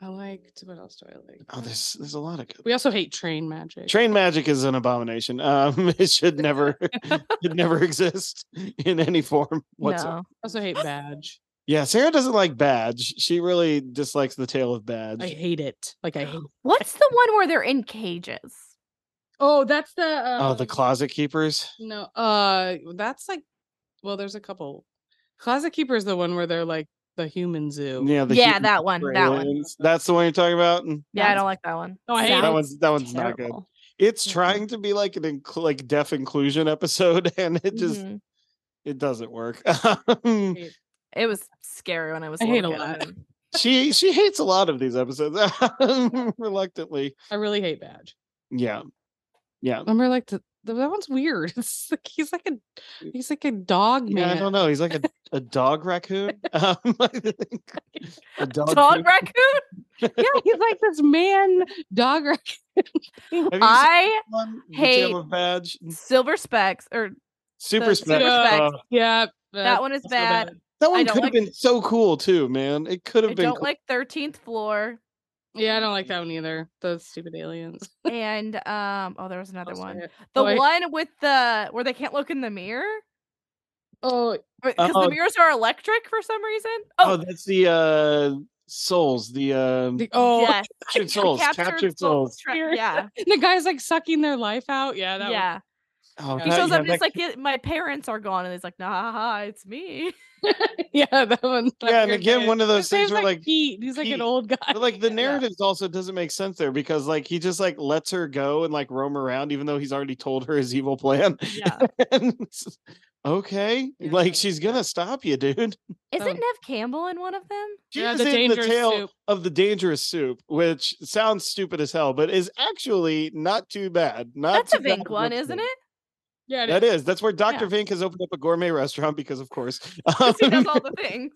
I liked. What else do I like? Oh, Uh, there's there's a lot of good. We also hate train magic. Train magic is an abomination. Um, it should never, it never exist in any form whatsoever. No. We also hate badge. Yeah, Sarah doesn't like Badge. She really dislikes the tale of Badge. I hate it. Like I hate. What's the one where they're in cages? Oh, that's the. um, oh, the closet keepers. No, uh, that's like, well, there's a couple. Closet Keeper is the one where they're like the human zoo. Yeah, the yeah, human that one. super That one. aliens. That's the one you're talking about. Mm, Yeah, I That's- don't like that one. No, I hate That it. one's that one's not good. Terrible. It's Mhm. trying to be like an inc- like deaf inclusion episode, and it just Mhm. it doesn't work. Um, It was scary when I was. I hate little a kid. lot. she she hates a lot of these episodes reluctantly. I really hate Badge. Yeah, yeah. Remember, like the, the that one's weird. It's like he's like a he's like a dog Yeah, I man. don't know. He's like a, a dog raccoon. Um, I think a dog. Dog coon. raccoon. yeah, he's like this man dog. raccoon. Have you seen I that one? The hate- Tale of Badge. silver specs or Super the Spec. Super Spec. uh, yeah, that one is also bad. that one don't could like- have been so cool too, man. It could I have been. don't cool. like thirteenth floor. Yeah, I don't like that one either. Those stupid aliens. And um, oh, there was another Also one. hate- The oh, I- one with the where they can't look in the mirror oh, because Oh. the mirrors are electric for some reason. oh, Oh, that's the uh souls. The uh the, oh, yes, captured the souls. captured Captured, soul souls. tra- Spirit. yeah, the guy's like sucking their life out. Yeah, that yeah. Oh, He Uh, that- shows yeah, up and that he's like, "Yeah, "My parents are gone," and he's like, "Nah, ha, ha, it's me." One, yeah, that one. that Yeah, and weird again, guy. one of those His things name's, where, like, Pete. He's like Pete. an old guy. But like the Yeah. narratives also doesn't make sense there because like he just like lets her go and like roam around even though he's already told her his evil plan. Yeah. And it's just, okay, Yeah, like that she's was gonna stop you, dude. Isn't Oh. Nev Campbell in one of them? She yeah, is the in the dangerous tale soup. of the dangerous soup, which sounds stupid as hell, but is actually not too bad. Not That's a too bad Vink one, isn't whatsoever. it? Yeah, it That is. is. That's where Dr. Vink has opened up a gourmet restaurant because, of course, 'Cause he does um, all the things.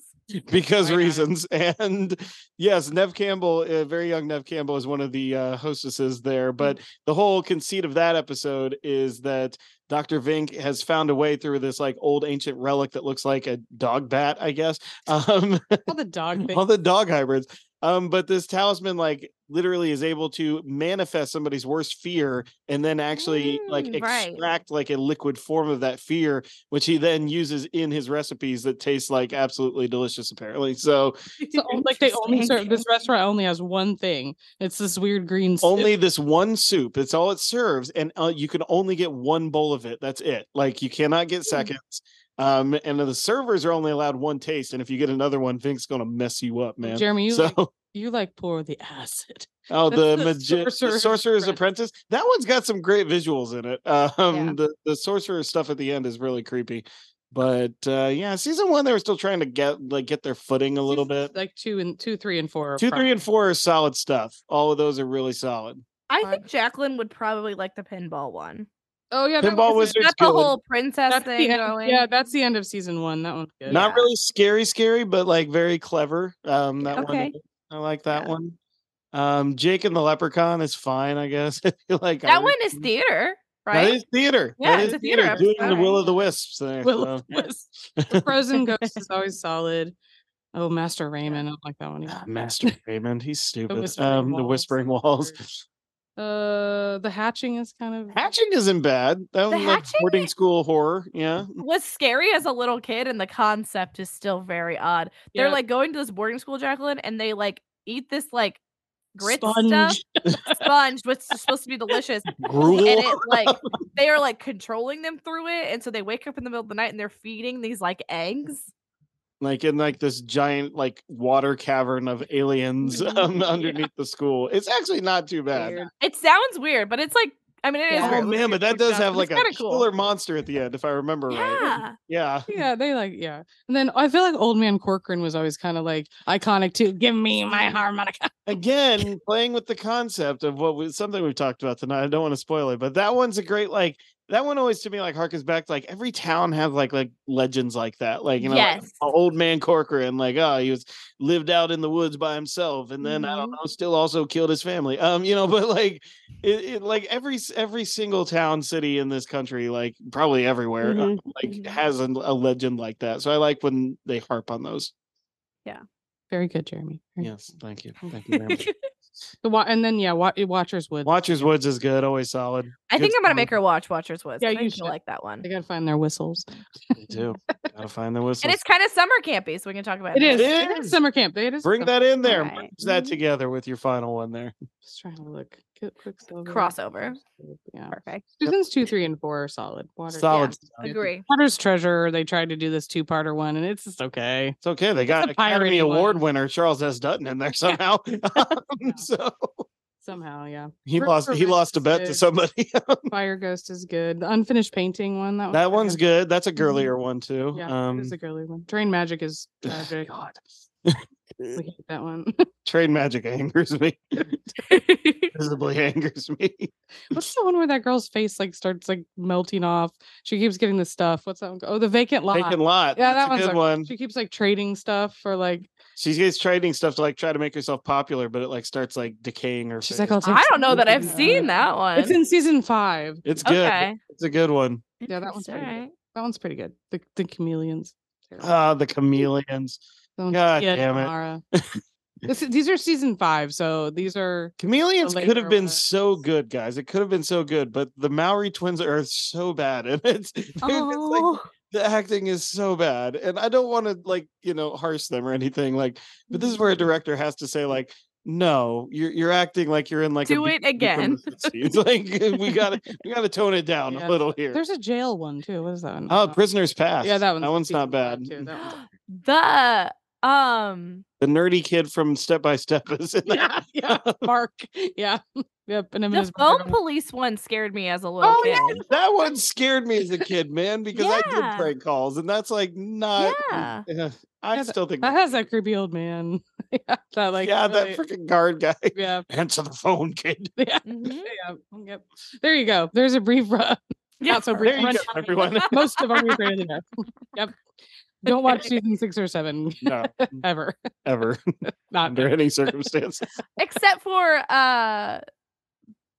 because Why not? reasons. And yes, Nev Campbell, uh, very young Nev Campbell, is one of the uh, hostesses there. Mm. But the whole conceit of that episode is that Dr. Vink has found a way through this like old ancient relic that looks like a dog bat, I guess. Um, all the dog thing. all the dog hybrids. Um, but this talisman like literally is able to manifest somebody's worst fear and then actually like Mm, right. extract like a liquid form of that fear, which he then uses in his recipes that taste like absolutely delicious, apparently. So So, on- like they only Interesting. serve this restaurant only has one thing. It's this weird green. soup. only this one soup, that's all it serves, and uh, you can only get one bowl of it. That's it. Like you cannot Mm. get seconds. Um, and the servers are only allowed one taste, and if you get another one, Vink's gonna mess you up, man. Jeremy, you so like, you like pour the acid. Oh, That's the, the magi- the Sorcerer's Sorcerer's Apprentice. That one's got some great visuals in it. Um, Yeah. the the sorcerer stuff at the end is really creepy. But uh, yeah, season one they were still trying to get like get their footing a little bit. Like two and two, three, and four. are Two, prime. three, and four are solid stuff. All of those are really solid. I Fine. think Jacqueline would probably like the pinball one. Oh yeah, that Pinball one is- Wizard's Got the good. whole princess That's the thing end. going. Yeah, that's the end of season one. That one's good. Not Yeah. really scary, scary, but like very clever. Um, that one, Okay. is- I like that Yeah. one. Um, Jake and the Leprechaun is fine, I guess. if you like that Irish one is theater, That right? is theater. Yeah, that it's is a theater Doing episode. the will o' the wisps there. Will so. of the Wisp. The Frozen Ghost is always solid. Oh, Master Raymond. I don't like that one. Ah, Either. Master Raymond, he's stupid. Whispering um, the Walls Whispering is Walls. Uh, the hatching is kind of Hatching isn't bad. That was like Hatching- boarding school horror. Yeah, was scary as a little kid, and the concept is still very odd. They're Yeah. like going to this boarding school, Jacqueline, and they like eat this like grit sponge. stuff, sponge, which is supposed to be delicious, gruel. and it like they are like controlling them through it, and so they wake up in the middle of the night and they're feeding these like eggs. like in like this giant like water cavern of aliens um, Yeah. underneath the school. It's actually not too bad. Weird. It sounds weird, but it's like I mean it is. Yeah. weird. Oh man, but that does have like a kind of killer cool. monster at the end, if I remember right. Yeah, Yeah. Yeah, they like yeah. And then I feel like Old Man Corcoran was always kind of like iconic too. Give me my harmonica. Again, playing with the concept of what was something we've talked about tonight. I don't want to spoil it, but that one's a great like that one always to me like harkens back to, like every town has like like legends like that. Like you know, like, Yes. old man Corcoran, like oh he was lived out in the woods by himself, and then I don't know, still also killed his family. Um, you know, but like it, it like every s- every single town, city in this country, like probably everywhere, uh, Mhm. like Mhm. has an, a legend like that. So I like when they harp on those. Very good, Jeremy. Very good. Yes, thank you, thank you. Very much. The wa- and then yeah, wa- Watchers Wood. Watchers Woods is good, always solid. I Good think I'm gonna song. make her watch Watchers Woods. Yeah, I you think should. she'll like that one. They gotta find their whistles. Me too. Gotta find the whistle. And it's kind of summer campy, so we can talk about It is. It It is is. summer camp. It is. Bring summer- that in there. All right. Merge that Mm-hmm. Mhm. together with your final one there. Just trying to look. Quick- Quicksilver, Crossover. Quicksilver, Yeah. Perfect. Seasons two, three, and four are solid. Water. Solid. stuff. Agree. Water's Treasure. They tried to do this two-parter one, and it's just okay. It's okay. They got a an Academy pirated one. Award winner Charles S. Dutton in there somehow. Um, so Somehow, yeah. he River lost. He Rats lost a is bet to good. Oh, somebody. Fire Ghost is good. The unfinished painting one. That, that one's one's good. good. That's a girlier one too. Mm-hmm. Yeah, it um, is a girly one. Drain Magic is tragic. God. we hate that one. Trade magic angers me. Visibly angers me. What's the one where that girl's face like starts like melting off? She keeps getting the stuff. What's that one? called? Oh, the vacant lot. Vacant lot. Yeah, That's that one's a good okay. one. She keeps like trading stuff for like. She gets trading stuff to like try to make herself popular, but it like starts like decaying her. She's face. like, I'll take I don't know that I've something. seen that one. It's in season five. it's good. okay. It's a good one. Yeah, that one's All pretty good. right. That one's pretty good. The the chameleons. Terrible. Ah, the chameleons. That one's God Kia damn it. Tamara. This- these are season five, so these are Chameleons could later have been ones. so good, guys. It could have been so good, but the Maori twins are so bad, and it's, they're just, like, Oh, the acting is so bad. And I don't want to like you know harsh them or anything like, but this is Mm. where a director has to say like, no, you're you're acting like you're in like Do a it again. It's like we got to we got to tone it down a Yeah. little here. There's a jail one too. What is that one? oh, Uh, prisoners pass. Yeah, that one's that one's not season five, bad. too. That one's- The um The nerdy kid from Step by Step is in that. yeah, yeah, Mark. Yeah, yep. And him and the his brother phone don't- police one scared me as a little Oh kid. yeah, that one scared me as a kid, man, because I Yeah. did prank calls, and that's like not. Yeah. Ugh, I Yeah, still think that has that creepy old man. yeah, that like yeah, really- that freaking guard guy. yeah, Answer the phone, kid. yeah, Mhm. yeah. Yep. There you go. There's a brief run. Not so brief. There you run- go, everyone. Most of our brief run in there. Yep. Don't watch season six or seven No, ever. ever Not under any circumstances. Except for uh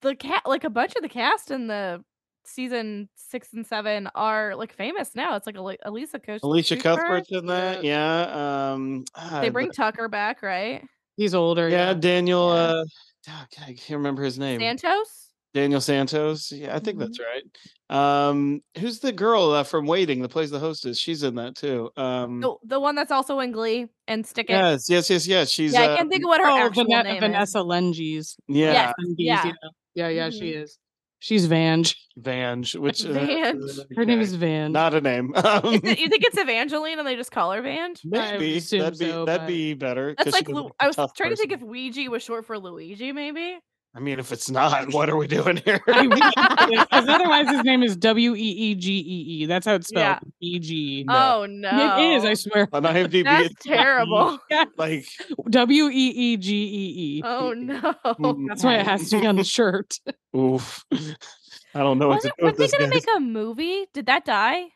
the cat like a bunch of the cast in the season six and seven are like famous now. It's like Ali- Elisa Coach. Alicia Cuthbert's in that. Yeah. Um. ah, They the- bring Tucker back, right? he's older. Yeah, Daniel. Yeah. Uh, oh, God, I can't remember his name. Santos? Daniel Santos. Yeah, I think that's right. Um, who's the girl uh, from Waiting that plays the hostess? She's in that too. Um, The, the one that's also in Glee and Stick It. yes, yes, yes, yes. She's yeah, I uh, can't think of what her oh, actual Vane- name Vanessa Lenges. yeah. Yes. Lenges, yeah. yeah. Yeah, yeah, she is. She's Vange. Vange, which uh, Vange. Her name okay, is Van. not a name. is. Um, Is it- you think it's Evangeline and they just call her Vange? I would maybe that'd be assume so, that'd but- be better. That's 'cause like she Lu- like a I was trying tough to think if person. Ouija was short for Luigi, maybe. I mean, if it's not, what are we doing here? I mean, because otherwise his name is W E E G E E. That's how it's spelled. Yeah. E G. No. Oh no, It is. I swear. On IMDb, That's it's terrible. Like W e e g e e. Oh no. That's why it has to be on the shirt. Oof. I don't know what Wasn't, to do were with they this. gonna Guys. make a movie? Did that die?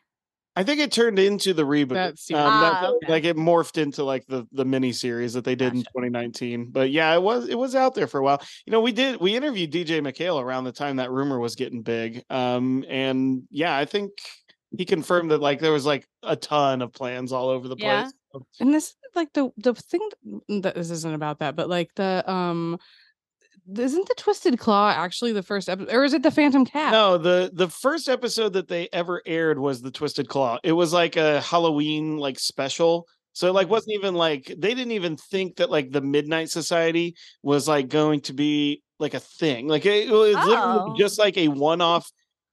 I think it turned into the reboot. That series. um, that- Ah, okay. Like it morphed into like the the mini series that they did in Gotcha. 2019. But yeah, it was it was out there for a while. You know, we did we interviewed DJ McHale around the time that rumor was getting big. Um, and yeah, I think he confirmed that like there was like a ton of plans all over the Yeah. place. and this is like the the thing th- n- that this isn't about that, but like the um th- isn't the Twisted Claw actually the first episode or is it the Phantom Cat? No, the the first episode that they ever aired was the Twisted Claw. It was like a Halloween like special. So it like wasn't even like they didn't even think that like the Midnight Society was like going to be like a thing. Like it, was Oh. literally just like a one-off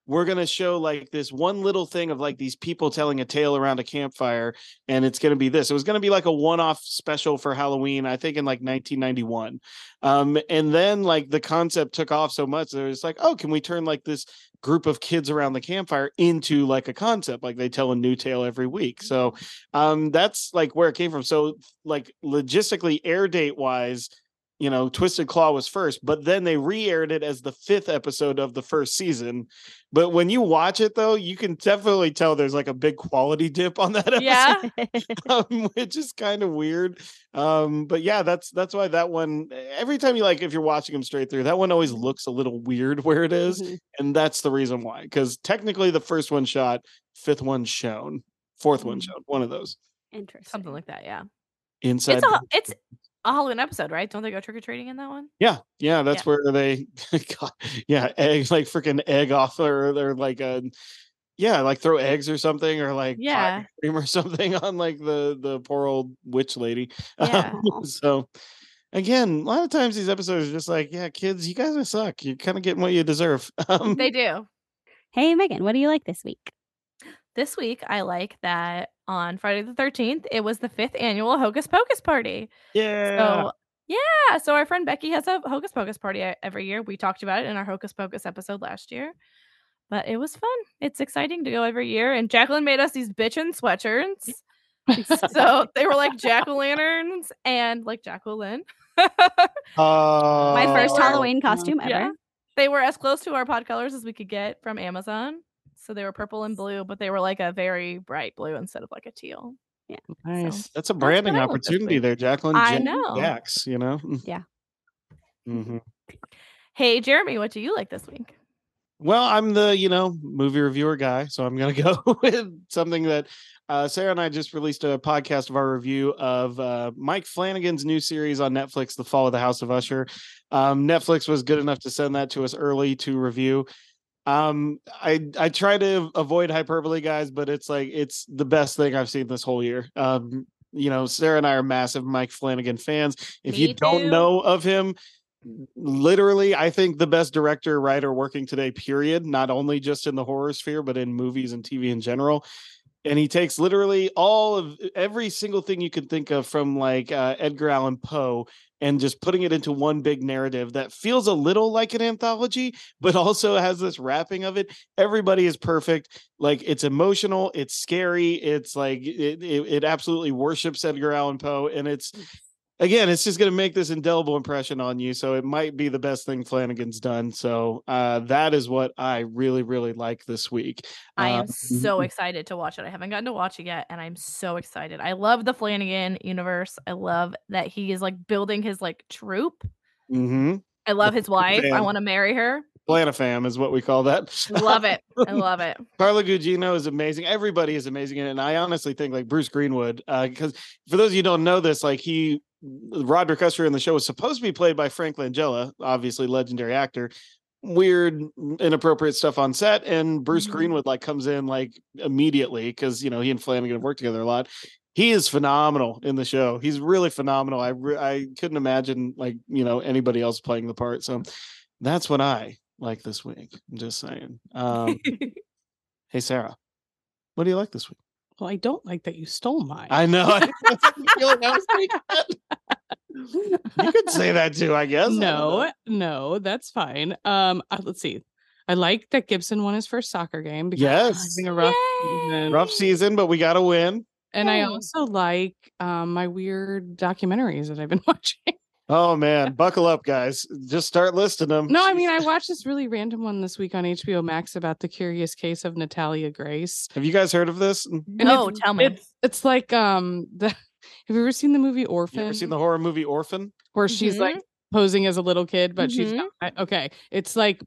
we're going to show like this one little thing of like these people telling a tale around a campfire and it's going to be this. It was going to be like a one-off special for Halloween, I think in like 1991. Um and then like the concept took off so much that it was like, "Oh, can we turn like this group of kids around the campfire into like a concept like they tell a new tale every week so um that's like where it came from so like logistically air date wise you know, Twisted Claw was first, but then they re-aired it as the fifth episode of the first season. But when you watch it though, you can definitely tell there's like a big quality dip on that episode, Yeah. um, which is kind of weird. Um, but yeah, that's that's why that one every time you like if you're watching them straight through, that one always looks a little weird where it is, Mhm. and that's the reason why. Because technically the first one shot, fifth one shown, fourth one Mm. shown, one of those. Interesting. Something like that, yeah. Inside It's a it's a Halloween episode, right? Don't they go trick or treating in that one? Yeah, yeah, that's Yeah. where they, God, yeah, eggs like freaking egg off or they're like a, yeah, like throw eggs or something or like pie Yeah. cream or something on like the the poor old witch lady. Yeah. Um, so again, a lot of times these episodes are just like, yeah, kids, you guys are suck. You're kind of getting what you deserve. Um, They do. Hey Megan, what do you like this week? This week I like that on Friday the 13th, it was the fifth annual Hocus Pocus party. yeah, So yeah, so our friend Becky has a Hocus Pocus party e- every year. We talked about it in our Hocus Pocus episode last year, but it was fun. It's exciting to go every year. And Jacqueline made us these bitchin' sweatshirts, so they were like jack o' lanterns and like Jacqueline. My first Uh, Oh, Halloween costume yeah. ever. they were as close to our pod colors as we could get from Amazon. So they were purple and blue, but they were like a very bright blue instead of like a teal. Nice. That's a branding what I want this opportunity week. there, Jacqueline. I Jack- know. Jax, you know. Mm. Yeah. Mhm. Hey Jeremy, what do you like this week? Well, I'm the you know movie reviewer guy, so I'm gonna go with something that uh, Sarah and I just released a podcast of our review of uh, Mike Flanagan's new series on Netflix, The Fall of the House of Usher. Um, Netflix was good enough to send that to us early to review. Um, I I try to avoid hyperbole, guys, but it's like it's the best thing I've seen this whole year. Um, you know, Sarah and I are massive Mike Flanagan fans. If you Me don't too. know of him, literally i think the best director writer working today period not only just in the horror sphere but in movies and tv in general and he takes literally all of every single thing you can think of from like uh, edgar allan poe and just putting it into one big narrative that feels a little like an anthology but also has this wrapping of it everybody is perfect like it's emotional it's scary it's like it, it, it absolutely worships edgar allan poe and it's Mm. again, it's just going to make this indelible impression on you. So it might be the best thing Flanagan's done. So uh, that is what I really, really like this week. I Um, Uh, am so mm-hmm. excited to watch it. I haven't gotten to watch it yet, and I'm so excited. I love the Flanagan universe. I love that he is like building his like troop. mhm. I love his wife. I Flanagan. want to marry her. Flanafam is what we call that. Love it. I love it. Carla Gugino is amazing. Everybody is amazing in it. And I honestly think like Bruce Greenwood, because for those of you who don't know this, like he Roderick Usher in the show was supposed to be played by Frank Langella, obviously legendary actor. Weird, inappropriate stuff on set, and Bruce Mhm. Greenwood like comes in like immediately because you know he and Flanagan have worked together a lot. He is phenomenal in the show. He's really phenomenal. I re- I couldn't imagine like you know anybody else playing the part. So that's what I like this week. I'm just saying. Um, Hey Sarah, what do you like this week? Well, I don't like that you stole mine. I know. I feel like I was like, you could say that too, I guess. I don't know. no, no, that's fine. Um, uh, let's see. I like that Gibson won his first soccer game because we're Yes. having a rough Yay. season. rough season, but we got to win. And I Yay. also like um, my weird documentaries that I've been watching. Oh man, buckle up, guys! Just start listing them. No, I mean I watched this really random one this week on HBO Max about the curious case of Natalia Grace. have you guys heard of this? And No, it's- Oh, tell me. It's, it's like um the have you ever seen the movie You Orphan ever seen the Mm-hmm. horror movie Orphan? where she's like posing as a little kid but Mm-hmm. she's Mhm. not okay. It's like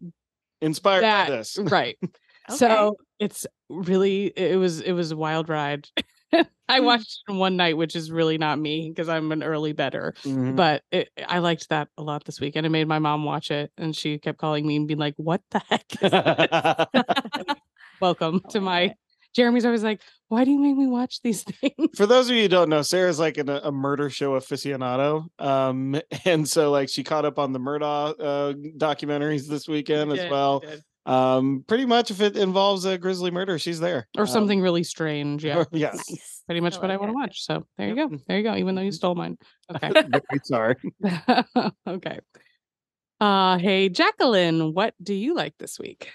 Inspired That- by this. right. So it's really it it was it was a wild ride. Mm. I watched it in one night, which is really not me because I'm an early better. Mhm. But it, I liked that a lot this week, and I made my mom watch it, and she kept calling me and being like, "What the heck?" is Welcome I to like my. it. Jeremy's always like, "Why do you make me watch these things?" for those of you who don't know, Sarah's like an, a murder show aficionado. Um, and so like she caught up on the Murdaugh uh, documentaries this weekend as well. Um, pretty much if it involves a grisly murder, she's there. or Um, something really strange. Yeah, or- yes. Nice. pretty much what I like want to it. watch. So there you Yep. Mm-hmm. go, there you go. Even though you stole mine, okay. Very sorry. okay. Uh hey Jacqueline, what do you like this week?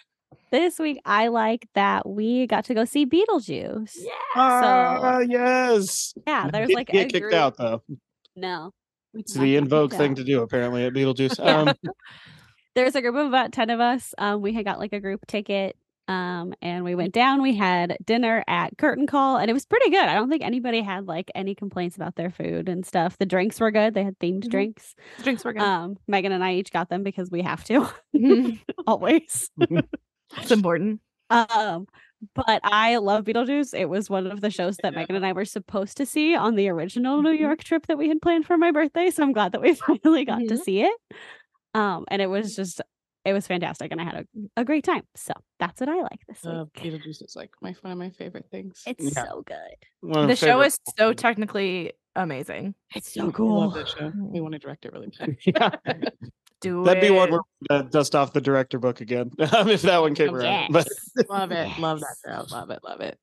This week I like that we got to go see Beetlejuice. yeah. Ah, yes. Yeah, there's Didn't like a get kicked group. out though. No. We It's did not the track him invoke down. thing to do apparently at Beetlejuice. Yeah. Um, there's a group of about 10 of us um, we had got like a group ticket um, and we went down we had dinner at curtain call and it was pretty good i don't think anybody had like any complaints about their food and stuff the drinks were good they had themed Mm-hmm. Mhm. drinks Drinks were good. Uh, um, megan and i each got them because we have to Mm-hmm. Mhm. always it's important. um, but I love Beetlejuice. It was one of the shows that Megan and I were supposed to see on the original New Mhm. York trip that we had planned for my birthday. So I'm glad that we finally got to Mhm. see it. Um, and it was just, it was fantastic, and I had a, a great time. So that's what I like this Uh, week. Beetlejuice is like my one of my favorite things. It's yeah. so good. one of The show favorite- is so technically amazing. It's so I love cool. that show. We Mm. want to direct it really bad. Yeah. Do That'd be one it. where we uh, dust off the director book again um, if that one came Oh, Yes. around. But Love it. Love that Yes. show. Love it. Love it.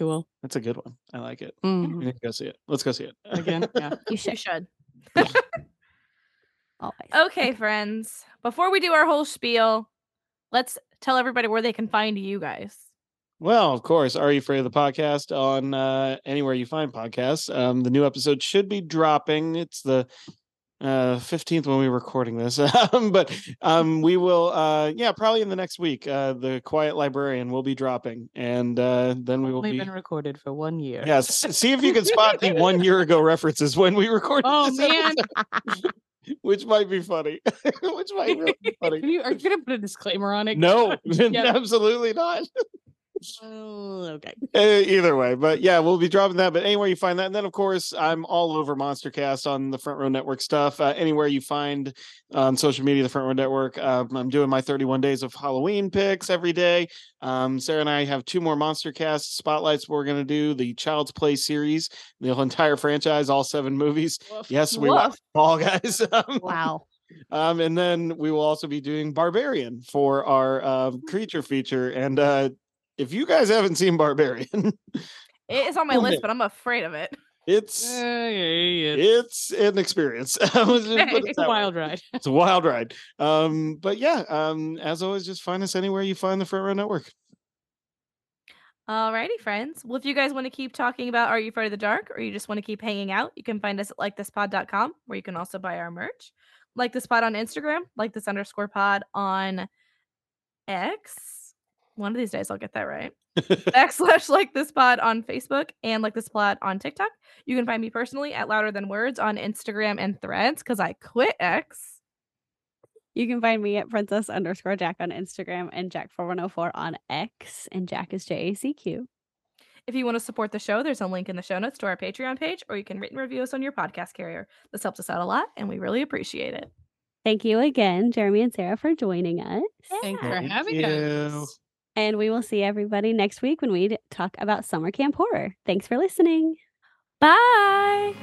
Cool. that's a good one. I like it. Mm, We need to go see it. Let's go see it Again. Yeah. You You should should. always. Okay, friends. Before we do our whole spiel, let's tell everybody where they can find you guys. Well, of course, Are You Afraid of the Podcast on uh, anywhere you find podcasts. Um, the new episode should be dropping. It's the uh, 15th when we were recording this. um, but um, we will, uh, yeah, probably in the next week, uh, The Quiet Librarian will be dropping. And uh, then we will Only be. been recorded for one year. Yes. See if you can spot the one year ago references when we recorded Oh this man. episode, which might be funny. which might really be Are funny. you, are you gonna put a disclaimer on it? No, Yeah. absolutely not. Oh, okay. Uh, either way but yeah we'll be dropping that but anywhere you find that and then of course i'm all over monstercast on the front row network stuff uh, anywhere you find on social media the front row network um, i'm doing my 31 days of halloween picks every day um, sarah and i have two more monstercast spotlights we're going to do the child's play series the whole entire franchise all seven movies Woof. yes we Woof. watch all guys um, Wow. um, and then we will also be doing Barbarian for our uh, creature feature. And uh, if you guys haven't seen Barbarian, It is on my Cool. list, but I'm afraid of it. it's Yeah, yeah, yeah, yeah. it's an experience. Let's just put it Okay. It's that a way. wild ride. It's a wild ride. Um, but yeah, um, as always, just find us anywhere you find the Front Row Network. Alrighty, friends. Well, if you guys want to keep talking about Are You Afraid of the Dark or you just want to keep hanging out, you can find us at likethispod.com where you can also buy our merch. Like this pod on Instagram, like this underscore pod on X. One of these days I'll get that right. backslash like this pod on Facebook and like this pod on TikTok. You can find me personally at Louder Than Words on Instagram and Threads because I quit X. You can find me at princess underscore Jack on Instagram and Jack4104 on X. And Jack is J A C Q. If you want to support the show, there's a link in the show notes to our Patreon page, or you can rate and review us on your podcast carrier. This helps us out a lot, and we really appreciate it. Thank you again, Jeremy and Sarah, for joining us. Thank you Yeah. for Thank having you. us. And we will see everybody next week when we d- talk about summer camp horror. Thanks for listening. Bye.